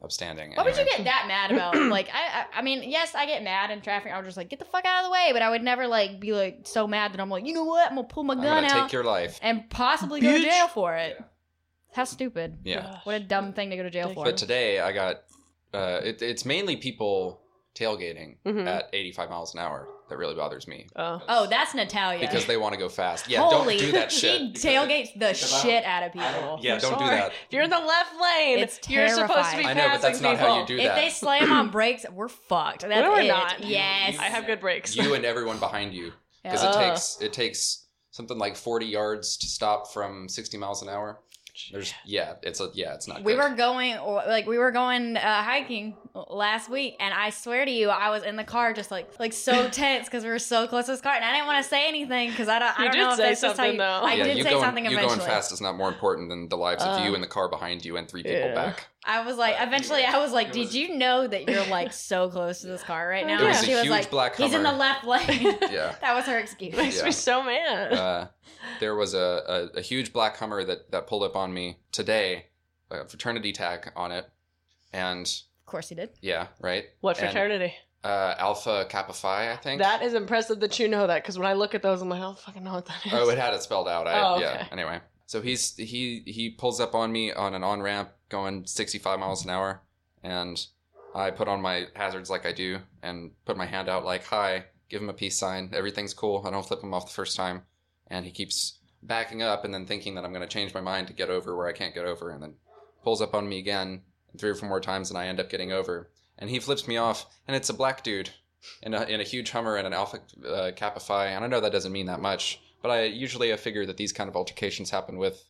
Speaker 1: upstanding.
Speaker 3: What would you
Speaker 1: anyway.
Speaker 3: get that mad about? like, I, I, I mean, yes, I get mad in traffic. I'm just like, get the fuck out of the way. But I would never like be like so mad that I'm like, you know what? I'm gonna pull my
Speaker 1: I'm
Speaker 3: gun
Speaker 1: gonna
Speaker 3: out
Speaker 1: take your life.
Speaker 3: and possibly go to
Speaker 2: Bitch.
Speaker 3: jail for it. How stupid!
Speaker 1: Yeah,
Speaker 3: What a dumb thing to go to jail for.
Speaker 1: but today I got. Uh, it, it's mainly people tailgating
Speaker 2: Mhm.
Speaker 1: at 85 miles an hour that really bothers me
Speaker 2: Oh.
Speaker 3: Hmm. oh, that's Natalia.
Speaker 1: because they want to go fast. Yeah,
Speaker 3: Holy,
Speaker 1: don't do that shit.
Speaker 3: She
Speaker 1: Because it-
Speaker 3: tailgates the
Speaker 1: because I-
Speaker 3: shit out of people.
Speaker 1: I don't- yeah,
Speaker 2: I'm
Speaker 1: don't do
Speaker 2: sorry.
Speaker 1: that.
Speaker 2: If you're in the left lane,
Speaker 3: It's
Speaker 2: you're supposed to be
Speaker 3: terrifying.
Speaker 1: I know, but that's
Speaker 2: passing
Speaker 1: not how you
Speaker 2: people.
Speaker 1: do
Speaker 3: If
Speaker 1: that.
Speaker 3: they slam on brakes, we're fucked. That's
Speaker 2: we're
Speaker 3: it.
Speaker 2: not.
Speaker 3: Yes.
Speaker 2: I have good breaks.
Speaker 1: you and everyone behind you
Speaker 3: Yeah.
Speaker 1: because
Speaker 2: Uh.
Speaker 1: it takes it takes something like 40 yards to stop from 60 miles an hour there's yeah it's a yeah it's not
Speaker 3: we
Speaker 1: good.
Speaker 3: were going or- like we were going uh, hiking last week and i swear to you i was in the car just like like so tense because we were so close to this car and i didn't want to say anything because i don't,
Speaker 2: You
Speaker 3: I don't
Speaker 2: did
Speaker 3: know if
Speaker 2: say
Speaker 3: that's just how
Speaker 2: something,
Speaker 3: you,
Speaker 2: though.
Speaker 3: i
Speaker 1: yeah,
Speaker 3: did
Speaker 1: you
Speaker 3: say
Speaker 1: going,
Speaker 3: something
Speaker 1: you
Speaker 3: eventually
Speaker 1: going fast is not more important than the lives of you and the car behind you and three people
Speaker 2: Yeah.
Speaker 1: back
Speaker 3: I was like,
Speaker 1: Uh,
Speaker 3: eventually, I was like,
Speaker 1: it
Speaker 3: "Did
Speaker 1: was-
Speaker 3: you know that you're like so close to this car right now?"
Speaker 2: It was
Speaker 3: And
Speaker 2: a
Speaker 3: she was
Speaker 1: huge
Speaker 3: like,
Speaker 1: black
Speaker 3: "He's in the
Speaker 1: Hummer."
Speaker 3: left lane."
Speaker 1: Yeah.
Speaker 3: that was her excuse.
Speaker 2: Makes
Speaker 1: Yeah.
Speaker 2: me so mad.
Speaker 1: uh, there was a, a, a huge black Hummer that, that pulled up on me today, a fraternity tag on it. And
Speaker 3: Of course, he did.
Speaker 1: yeah, right?
Speaker 2: what
Speaker 1: And,
Speaker 2: fraternity?
Speaker 1: uh, Alpha Kappa Phi, I think.
Speaker 2: That is impressive that you know that because when I look at those, I'm like, I don't fucking know what that is.
Speaker 1: Oh, it had it spelled out. I,
Speaker 2: Oh,
Speaker 1: Yeah.
Speaker 2: okay.
Speaker 1: Anyway, so he's he he pulls up on me on an on ramp going 65 miles an hour, and I put on my hazards like I do and put my hand out like hi, give him a peace sign. Everything's cool. I don't flip him off the first time, and he keeps backing up and then thinking that I'm going to change my mind to get over where I can't get over, and then pulls up on me again three or four more times, and I end up getting over. And he flips me off, and it's a black dude in a, in a huge Hummer and an Alpha uh, Kappa Phi. And I know that doesn't mean that much, but I usually I figure that these kind of altercations happen with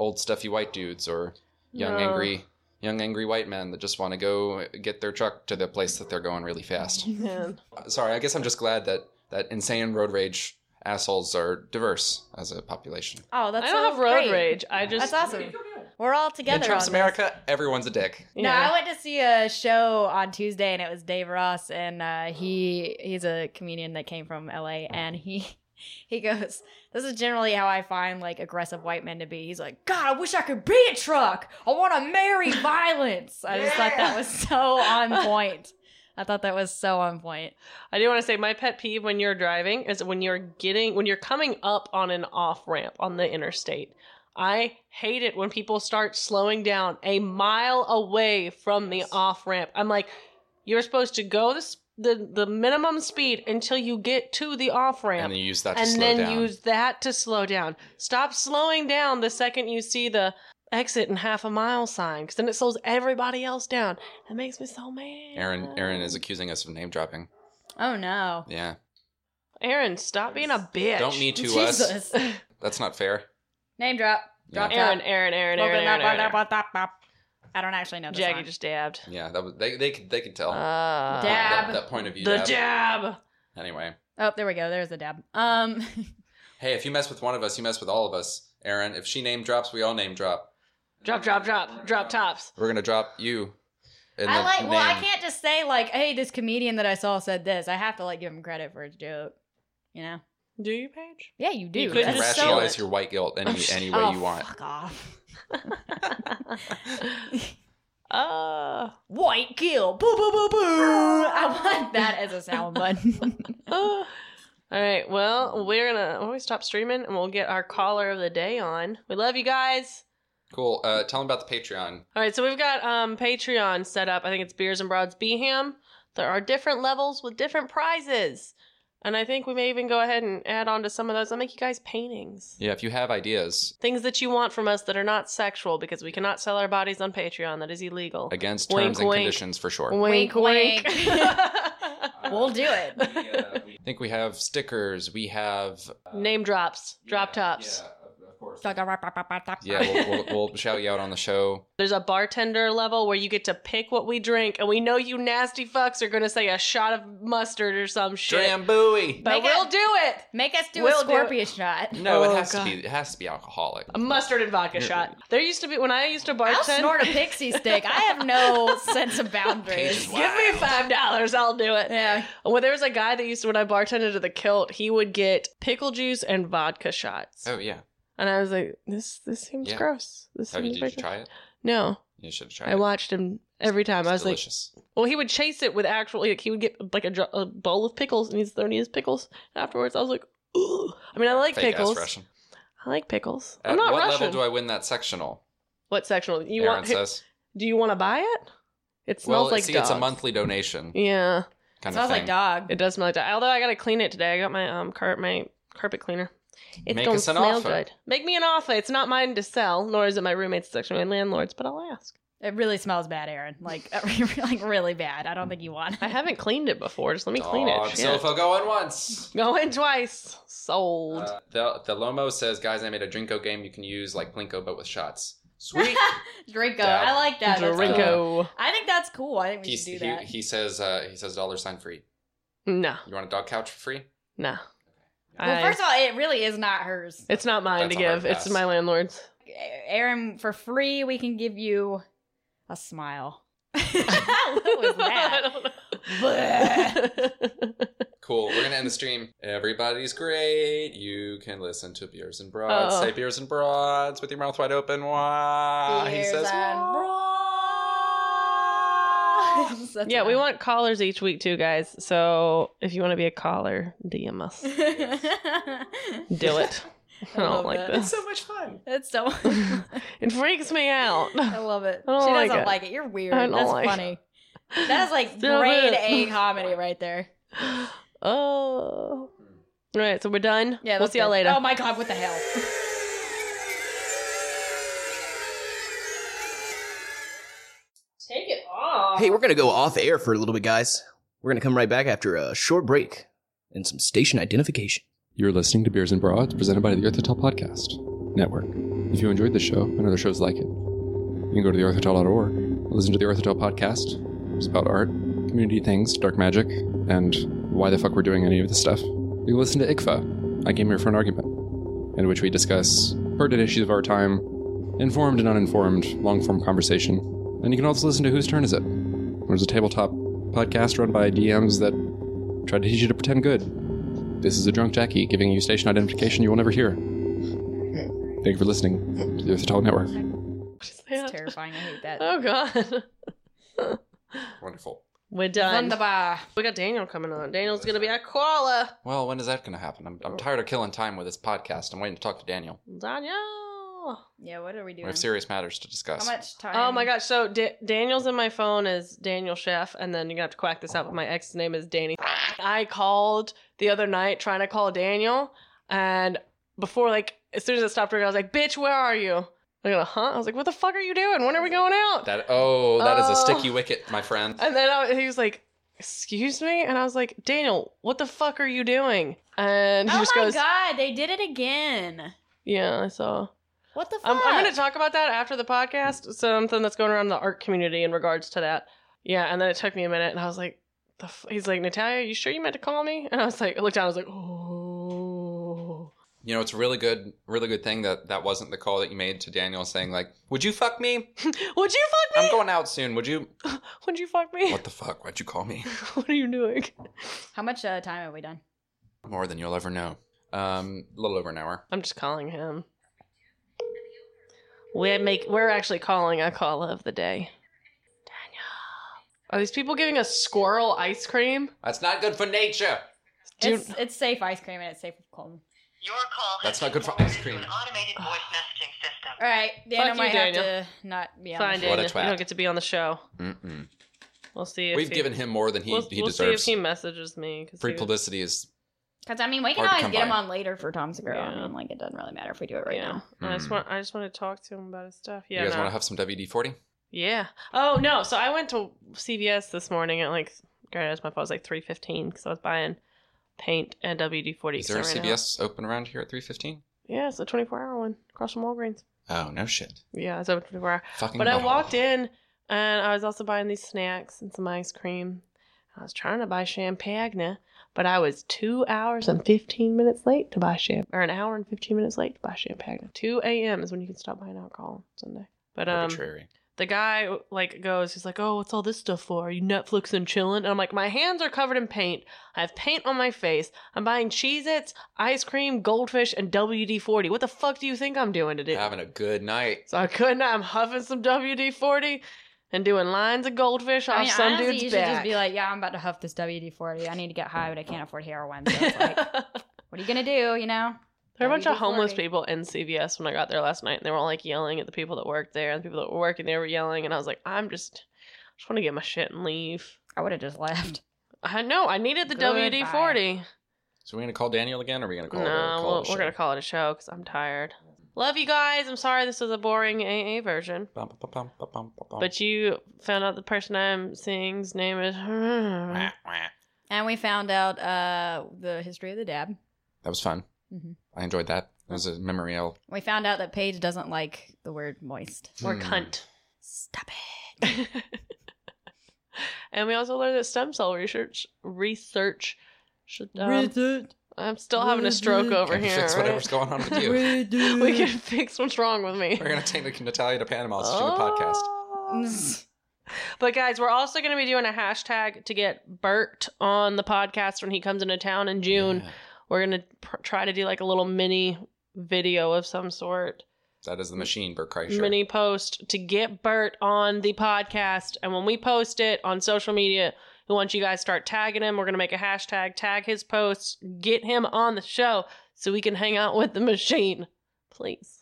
Speaker 1: old stuffy white dudes or young
Speaker 2: No.
Speaker 1: angry young angry white men that just want to go get their truck to the place that they're going really fast.
Speaker 2: Man.
Speaker 1: Uh, Sorry, I guess I'm just glad that that insane road rage assholes are diverse as a population.
Speaker 3: Oh, that's
Speaker 2: I don't have
Speaker 3: so
Speaker 2: road
Speaker 3: great.
Speaker 2: rage. I just.
Speaker 3: That's awesome. We're all
Speaker 1: In
Speaker 3: together.
Speaker 1: Trump's
Speaker 3: on this.
Speaker 1: America, everyone's a dick.
Speaker 2: Yeah.
Speaker 3: No, I went to see a show on Tuesday, and it was Dave Ross, and uh, he he's a comedian that came from LA, and he he goes, "This is generally how I find like aggressive white men to be." He's like, "God, I wish I could be a truck. I want to marry violence." I just thought that was so on point. I thought that was so on point.
Speaker 2: I do want to say my pet peeve when you're driving is when you're getting when you're coming up on an off ramp on the interstate. I hate it when people start slowing down a mile away from the off ramp. I'm like, you're supposed to go the s- the, the minimum speed until you get to the off ramp.
Speaker 1: And then you use that to
Speaker 2: and
Speaker 1: slow
Speaker 2: then
Speaker 1: down.
Speaker 2: use that to slow down. Stop slowing down the second you see the exit and half a mile sign, because then it slows everybody else down. That makes me so mad.
Speaker 1: Aaron Aaron is accusing us of name dropping.
Speaker 3: Oh no.
Speaker 1: Yeah.
Speaker 2: Aaron, stop being a bitch.
Speaker 1: Don't me too us.
Speaker 3: Jesus.
Speaker 1: That's not fair.
Speaker 3: Name drop.
Speaker 1: Yeah.
Speaker 3: Drop
Speaker 2: Aaron,
Speaker 3: drop.
Speaker 2: Aaron, Aaron, Aaron,
Speaker 3: Blah, blah,
Speaker 2: Aaron,
Speaker 3: blah,
Speaker 2: Aaron, Aaron.
Speaker 3: blah, blah, blah, blah. I don't actually know this
Speaker 2: Jackie
Speaker 3: song.
Speaker 2: just dabbed.
Speaker 1: Yeah, that was, they they could they could tell.
Speaker 2: Uh,
Speaker 3: Dab.
Speaker 1: That, that point of view.
Speaker 2: The
Speaker 1: dab.
Speaker 2: jab.
Speaker 1: Anyway,
Speaker 3: Oh, there we go. There's the dab. Um,
Speaker 1: hey, if you mess with one of us, you mess with all of us. Aaron, if she name drops, we all name drop.
Speaker 2: Drop, drop, drop. Drop tops.
Speaker 1: We're gonna drop you. in
Speaker 3: I
Speaker 1: the
Speaker 3: like. Well, I
Speaker 1: name.
Speaker 3: can't just say like, "Hey, this comedian that I saw said this." I have to like give him credit for his joke. You know?
Speaker 2: Do you, Paige?
Speaker 3: Yeah, you do.
Speaker 2: You
Speaker 1: You can
Speaker 2: couldn't
Speaker 3: That's
Speaker 2: just
Speaker 3: so-
Speaker 2: sell
Speaker 1: rationalize
Speaker 2: it.
Speaker 1: your white guilt any any way
Speaker 3: Oh,
Speaker 1: you want.
Speaker 3: Fuck off.
Speaker 2: uh,
Speaker 3: White kill. Boo boo boo boo. I want that as a sound button.
Speaker 2: All right. Well, we're gonna why don't we stop streaming and we'll get our caller of the day on. We love you guys.
Speaker 1: Cool. Uh, tell them about the Patreon.
Speaker 2: All right. So we've got um Patreon set up. I think it's Beers and Broads Beham. There are different levels with different prizes, and I think we may even go ahead and add on to some of those. I'll make you guys paintings.
Speaker 1: Yeah, if you have ideas
Speaker 2: Things that you want from us that are not sexual because we cannot sell our bodies on Patreon. That is illegal.
Speaker 1: against
Speaker 2: Wink,
Speaker 1: terms and
Speaker 2: wink.
Speaker 1: conditions for sure.
Speaker 2: Wink,
Speaker 3: Wink,
Speaker 2: wink.
Speaker 3: we'll do it.
Speaker 1: I think uh, we have stickers. We have uh,
Speaker 2: Name drops, drop tops.
Speaker 1: Yeah, of course. Yeah,
Speaker 3: Yeah.
Speaker 1: we'll, we'll, we'll shout you out on the show.
Speaker 2: There's a bartender level where you get to pick what we drink, and we know you nasty fucks are gonna say a shot of mustard or some shit.
Speaker 1: Drambuie.
Speaker 2: But
Speaker 3: Make
Speaker 2: we'll
Speaker 3: it-
Speaker 2: do it.
Speaker 3: Make us do
Speaker 2: We'll do
Speaker 3: a
Speaker 2: it.
Speaker 3: Scorpio shot.
Speaker 1: No,
Speaker 2: Oh,
Speaker 1: it has
Speaker 2: God.
Speaker 1: to be. It has to be alcoholic.
Speaker 2: A mustard and vodka shot. There used to be when I used to bartend.
Speaker 3: I'll snort a pixie stick. I have no sense of boundaries.
Speaker 1: Pages
Speaker 2: Give me five dollars, I'll do it.
Speaker 3: Yeah.
Speaker 2: Well, there was a guy that used to when I bartended at the kilt, he would get pickle juice and vodka shots,
Speaker 1: Oh yeah.
Speaker 2: and I was like, "This this seems
Speaker 1: Yeah.
Speaker 2: gross. This
Speaker 1: Have you,
Speaker 2: seems
Speaker 1: did you
Speaker 2: very-
Speaker 1: try it?
Speaker 2: No,
Speaker 1: You should have tried.
Speaker 2: I
Speaker 1: it.
Speaker 2: watched him every time.
Speaker 1: It's
Speaker 2: I was like,
Speaker 1: delicious.
Speaker 2: Well, he would chase it with actually, like, he would get like a, dr- a bowl of pickles and he's throwing his pickles. Afterwards, I was like, ooh. I mean, I like
Speaker 1: Fake ass
Speaker 2: pickles.
Speaker 1: Russian.
Speaker 2: I like pickles.
Speaker 1: At
Speaker 2: I'm not
Speaker 1: what
Speaker 2: Russian.
Speaker 1: level do I win that sectional?
Speaker 2: what sectional? You
Speaker 1: Aaron
Speaker 2: want?
Speaker 1: says.
Speaker 2: Do you want to buy it? It smells
Speaker 1: well,
Speaker 2: like
Speaker 1: see,
Speaker 2: dogs.
Speaker 1: it's a monthly donation
Speaker 2: Yeah,
Speaker 1: kind of
Speaker 3: Smells
Speaker 1: thing.
Speaker 3: like dog.
Speaker 2: it does smell like dog. Although I gotta clean it today. I got my um car- my carpet cleaner. It's
Speaker 1: Make
Speaker 2: gonna
Speaker 1: us an
Speaker 2: smell
Speaker 1: offer.
Speaker 2: good. Make me an offer. It's not mine to sell, nor is it my roommate's. It's actually my landlord's, but I'll ask.
Speaker 3: It really smells bad, Aaron. Like, like really bad. I don't think you want
Speaker 2: I
Speaker 3: it.
Speaker 2: haven't cleaned it before. Just let me
Speaker 1: Dog
Speaker 2: clean it. Shit.
Speaker 1: sofa going once.
Speaker 2: Go in twice. Sold.
Speaker 1: Uh, the, the Lomo says, guys, I made a Drinko game you can use like Plinko but with shots. Sweet.
Speaker 3: Drinko.
Speaker 1: Yeah.
Speaker 3: I like that. That's cool.
Speaker 1: Drinko.
Speaker 3: I think that's cool. I think we
Speaker 1: he,
Speaker 3: should do
Speaker 1: he,
Speaker 3: that.
Speaker 1: he says uh, he says dollar sign free.
Speaker 2: No,
Speaker 1: You want a dog couch for free?
Speaker 2: no.
Speaker 3: well, first of all, it really is not hers.
Speaker 2: it's not mine
Speaker 1: That's
Speaker 2: to
Speaker 1: a hard
Speaker 2: give. It's
Speaker 1: pass.
Speaker 2: my landlord's.
Speaker 3: Aaron, for free, we can give you a smile. what was that? Bleh.
Speaker 2: I don't know.
Speaker 1: Cool. We're gonna end the stream. Everybody's great. You can listen to Beers and Broads.
Speaker 2: Oh.
Speaker 1: Say Beers and Broads with your mouth wide open. Wah. Uh, he
Speaker 3: Beers
Speaker 1: says.
Speaker 3: and
Speaker 1: "Wah."
Speaker 3: broads. That's
Speaker 2: yeah,
Speaker 3: what
Speaker 2: we
Speaker 3: I-
Speaker 2: want callers each week too, guys. So if you want to be a caller, DM us. Do it. I
Speaker 3: love
Speaker 2: don't like
Speaker 3: that.
Speaker 1: It's
Speaker 2: this.
Speaker 1: so much fun.
Speaker 3: That's so.
Speaker 2: It freaks me out.
Speaker 3: I love it.
Speaker 2: I don't
Speaker 3: she
Speaker 2: like
Speaker 3: doesn't
Speaker 2: it.
Speaker 3: like it. You're weird.
Speaker 2: I don't
Speaker 3: That's
Speaker 2: like it.
Speaker 3: funny. That is like
Speaker 2: Still
Speaker 3: grade
Speaker 2: good.
Speaker 3: A comedy right there.
Speaker 2: Oh. All right, so we're done.
Speaker 3: Yeah,
Speaker 2: we'll
Speaker 3: that's
Speaker 2: see y'all
Speaker 3: good.
Speaker 2: later.
Speaker 3: Oh my god, what the hell?
Speaker 2: Take it off.
Speaker 5: Hey, we're gonna go off air for a little bit, guys. We're gonna come right back after a short break and some station identification.
Speaker 4: You're listening to Beers and Broads, presented by the Earth Hotel Podcast Network. If you enjoyed this show and other shows like it, you can go to theearthhotel.org, listen to the Earth Hotel Podcast. It's about art, community things, dark magic, and why the fuck we're doing any of this stuff. You can listen to ICFA, I Came Here for an Argument, in which we discuss pertinent issues of our time, informed and uninformed, long form conversation. And you can also listen to Whose Turn Is It? There's a tabletop podcast run by DMs that try to teach you to pretend good. This is a drunk Jackie giving you station identification you will never hear. Thank you for listening to the Earth Talk Network.
Speaker 2: What is
Speaker 3: It's
Speaker 2: that?
Speaker 3: terrifying. I hate that.
Speaker 2: Oh god.
Speaker 1: Wonderful.
Speaker 2: We're done.
Speaker 3: Wunderbar.
Speaker 2: We got Daniel coming on. Daniel's gonna be a caller.
Speaker 1: Well, when is that gonna happen? I'm, I'm tired of killing time with this podcast. I'm waiting to talk to Daniel.
Speaker 2: Daniel.
Speaker 3: Yeah, what are we
Speaker 1: We
Speaker 3: doing?
Speaker 1: have serious matters to discuss.
Speaker 3: How much time?
Speaker 2: Oh my gosh! So da- Daniel's in my phone is Daniel Chef, and then you're gonna have to quack this out. But my ex's name is Danny. I called the other night trying to call Daniel, and before like as soon as it stopped ringing, I was like, "Bitch, where are you?" I go, "Huh?" I was like, "What the fuck are you doing? When are we going out?"
Speaker 1: That oh, that is a
Speaker 2: Oh.
Speaker 1: sticky wicket, my friend.
Speaker 2: And then I, he was like, "Excuse me," and I was like, "Daniel, what the fuck are you doing?" And he
Speaker 3: Oh
Speaker 2: just
Speaker 3: my
Speaker 2: goes,
Speaker 3: god, they did it again.
Speaker 2: "Yeah, I saw."
Speaker 3: What the fuck?
Speaker 2: I'm, I'm going to talk about that after the podcast. Something that's going around the art community in regards to that. Yeah, and then it took me a minute, and I was like, the f-? "He's like, Natalia, you sure you meant to call me?" And I was like, I looked down, I was like, "Oh."
Speaker 1: You know, it's a really good, really good thing that that wasn't the call that you made to Daniel saying like, "Would you fuck me?
Speaker 2: Would you fuck me?
Speaker 1: I'm going out soon. Would you?
Speaker 2: Would you fuck me? What,
Speaker 1: What the fuck? Why'd you call me?
Speaker 2: are you doing?
Speaker 3: How much uh, time have we done?
Speaker 1: More than you'll ever know. Um, a little over an hour.
Speaker 2: I'm just calling him. We make we're actually calling a call of the day. Daniel, are these people giving us squirrel ice cream?
Speaker 1: That's not good for nature.
Speaker 2: Dude,
Speaker 3: It's, it's safe ice cream and it's safe with cold.
Speaker 6: Your call
Speaker 1: That's
Speaker 6: has
Speaker 1: not
Speaker 6: been
Speaker 1: good for
Speaker 6: forwarded
Speaker 1: ice cream.
Speaker 6: to an automated voice messaging system.
Speaker 3: All right, Daniel
Speaker 2: you,
Speaker 3: might
Speaker 2: Daniel.
Speaker 3: have to not be on.
Speaker 2: fine,
Speaker 1: What a
Speaker 2: Daniel. You
Speaker 1: twat.
Speaker 2: don't get to be on the show.
Speaker 1: Mm-mm.
Speaker 2: We'll see. If
Speaker 1: We've
Speaker 2: he-
Speaker 1: given him more than he
Speaker 2: we'll,
Speaker 1: he
Speaker 2: we'll
Speaker 1: deserves.
Speaker 2: see if he messages me. 'cause
Speaker 1: Free
Speaker 2: he-
Speaker 1: publicity is
Speaker 3: Because I mean, we can
Speaker 1: Hard to
Speaker 3: always
Speaker 1: come
Speaker 3: get him
Speaker 1: by.
Speaker 3: on later for Tom Segura. I
Speaker 2: Yeah.
Speaker 3: mean, like it doesn't really matter if we do it right
Speaker 2: yeah.
Speaker 3: now.
Speaker 2: And I just
Speaker 1: Mm.
Speaker 2: want I just want to talk to him about his stuff. Yeah.
Speaker 1: you guys
Speaker 2: no.
Speaker 1: want to have some WD forty?
Speaker 2: yeah. Oh no. So I went to CVS this morning at like granted my phone was like three fifteen because I was buying paint and WD forty.
Speaker 1: Is there a CBS open around here at three fifteen?
Speaker 2: Yeah, it's a twenty four hour one across from Walgreens.
Speaker 1: Oh no shit.
Speaker 2: Yeah, it's open twenty four hour.
Speaker 1: Fucking.
Speaker 2: But I
Speaker 1: butthole.
Speaker 2: walked in and I was also buying these snacks and some ice cream. I was trying to buy champagne, but I was two hours and 15 minutes late to buy champagne, or an hour and 15 minutes late to buy champagne. 2 a.m. is when you can stop buying alcohol on Sunday. But um,
Speaker 1: Arbitrary.
Speaker 2: the guy like goes, he's like, "Oh, what's all this stuff for? Are you Netflix and chilling?" And I'm like, "My hands are covered in paint. I have paint on my face. I'm buying Cheez-Its, ice cream, goldfish, and WD-40. What the fuck do you think I'm doing today?"
Speaker 1: Having a good night.
Speaker 2: So I couldn't. I'm huffing some WD 40 and doing lines of goldfish off
Speaker 3: I mean,
Speaker 2: some
Speaker 3: honestly, you
Speaker 2: dude's
Speaker 3: should
Speaker 2: back.
Speaker 3: just be like, "Yeah, I'm about to huff this WD forty. I need to get high, but I can't afford heroin." So it's like, what are you gonna do? You know?
Speaker 2: there were a bunch of homeless
Speaker 3: WD-40.
Speaker 2: people in CVS when I got there last night, and they were all like yelling at the people that worked there, and the people that were working there were yelling, and I was like, I'm just, I just want to get my shit and leave.
Speaker 3: I would have just left.
Speaker 2: I know I needed the
Speaker 3: Goodbye.
Speaker 2: WD 40.
Speaker 1: So we're gonna call Daniel again, or are we gonna
Speaker 2: No,
Speaker 1: call? it a- call
Speaker 2: we'll-
Speaker 1: it a
Speaker 2: we're
Speaker 1: show?
Speaker 2: gonna call it a show because I'm tired. Love you guys. I'm sorry this was a boring AA version,
Speaker 1: Bum, bum, bum, bum, bum, bum, bum.
Speaker 2: but you found out the person I'm seeing's name is.
Speaker 1: Wah, wah.
Speaker 3: And we found out uh, the history of the dab.
Speaker 1: That was fun.
Speaker 3: Mhm.
Speaker 1: I enjoyed that. It was a memory I'll.
Speaker 3: We found out that Paige doesn't like the word moist.
Speaker 2: Or
Speaker 1: Hmm.
Speaker 2: cunt.
Speaker 3: Stop it.
Speaker 2: and we also learned that stem cell research research should um, I'm still having a stroke
Speaker 3: Research.
Speaker 2: over
Speaker 1: Can
Speaker 2: here.
Speaker 1: fix
Speaker 2: right?
Speaker 1: whatever's going on with you.
Speaker 2: We can fix what's wrong with me. Oh,
Speaker 1: We're gonna take Natalia to Panama to do a podcast.
Speaker 2: But guys, we're also going to be doing a hashtag to get Bert on the podcast when he comes into town in June.
Speaker 1: Yeah.
Speaker 2: We're going to pr- try to do like a little mini video of some sort,
Speaker 1: That is the machine, Bert Kreischer.
Speaker 2: mini post to get Bert on the podcast. And when we post it on social media, we want you guys to start tagging him. We're going to make a hashtag, tag his posts, get him on the show so we can hang out with the machine. Please.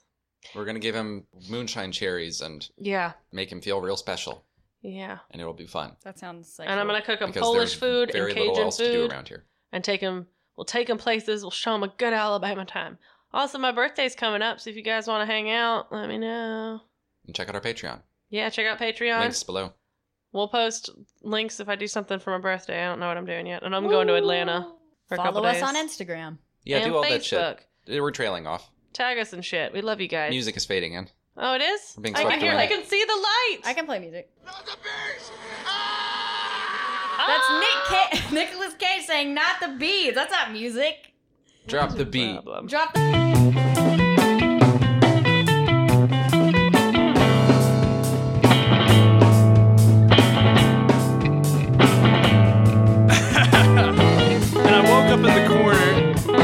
Speaker 1: We're gonna give him moonshine cherries and
Speaker 2: Yeah.
Speaker 1: make him feel real special,
Speaker 2: Yeah.
Speaker 1: and it'll be fun.
Speaker 3: That sounds like.
Speaker 2: And I'm going to cook him
Speaker 1: because
Speaker 2: Polish
Speaker 1: there's
Speaker 2: food
Speaker 1: very
Speaker 2: and
Speaker 1: little
Speaker 2: Cajun
Speaker 1: else to
Speaker 2: food.
Speaker 1: do around here.
Speaker 2: and take him. We'll take him places. We'll show him a good Alabama time. Also, my birthday's coming up, so if you guys want to hang out, let me know.
Speaker 1: And check out our Patreon.
Speaker 2: Yeah, check out Patreon.
Speaker 1: Links below.
Speaker 2: We'll post links if I do something for my birthday. I don't know what I'm doing yet, and I'm going to Atlanta for a
Speaker 3: Follow
Speaker 2: couple
Speaker 3: us
Speaker 2: days.
Speaker 3: on Instagram.
Speaker 1: Yeah,
Speaker 2: and
Speaker 1: do all that
Speaker 2: Facebook.
Speaker 1: shit. We're trailing off.
Speaker 2: Tag us and shit. We love you guys.
Speaker 1: Music is fading in.
Speaker 2: Oh, it is.
Speaker 1: We're being
Speaker 2: I can
Speaker 1: swept
Speaker 2: hear.
Speaker 1: away.
Speaker 2: I can see the light.
Speaker 3: I can play music. That's
Speaker 2: Ah!
Speaker 3: Nick Ca- Nicholas Cage saying "Not the Bees." That's not music.
Speaker 1: Drop the beat.
Speaker 2: Problem.
Speaker 3: Drop the.
Speaker 7: and I woke up in the corner,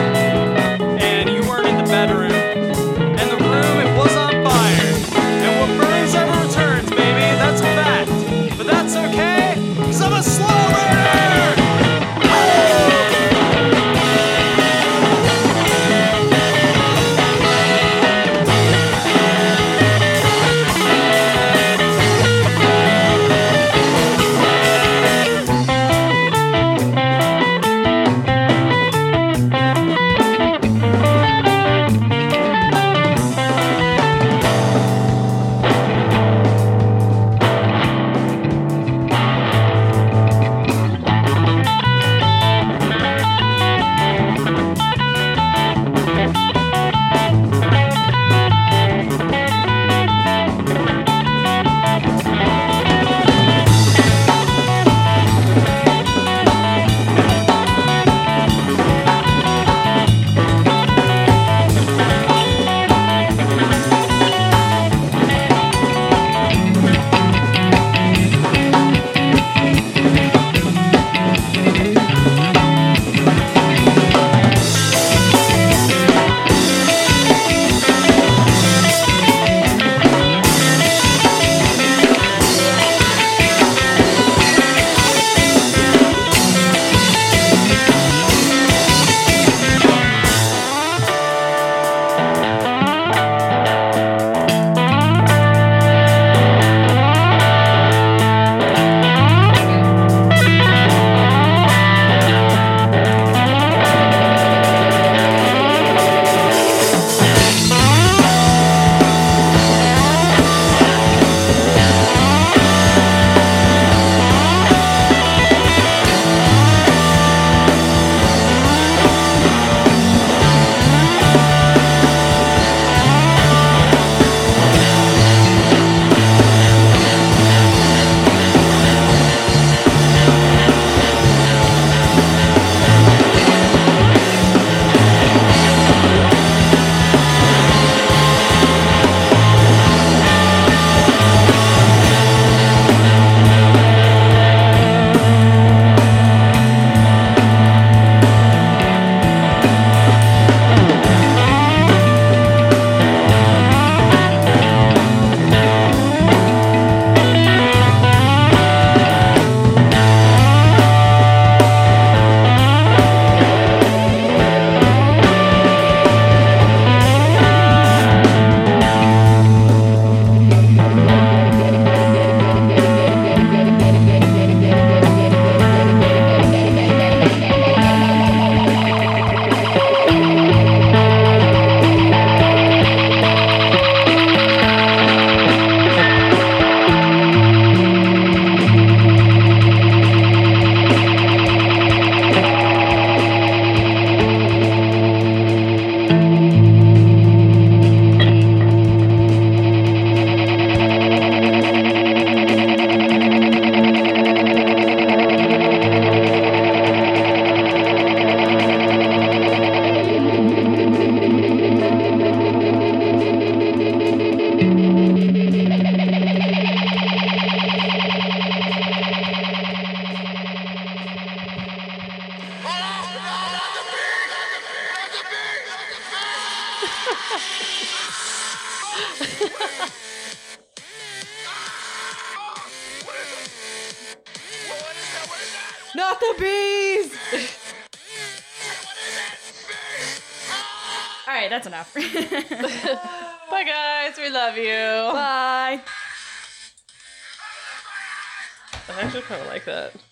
Speaker 7: and you weren't in the bedroom, and the room it was on fire. And what burns ever returns, baby. That's a fact, but that's okay, cause I'm a slow learner.
Speaker 3: out the bees! All right, that's enough.
Speaker 2: Bye, guys. We love you.
Speaker 3: Bye.
Speaker 2: I actually kind of like that.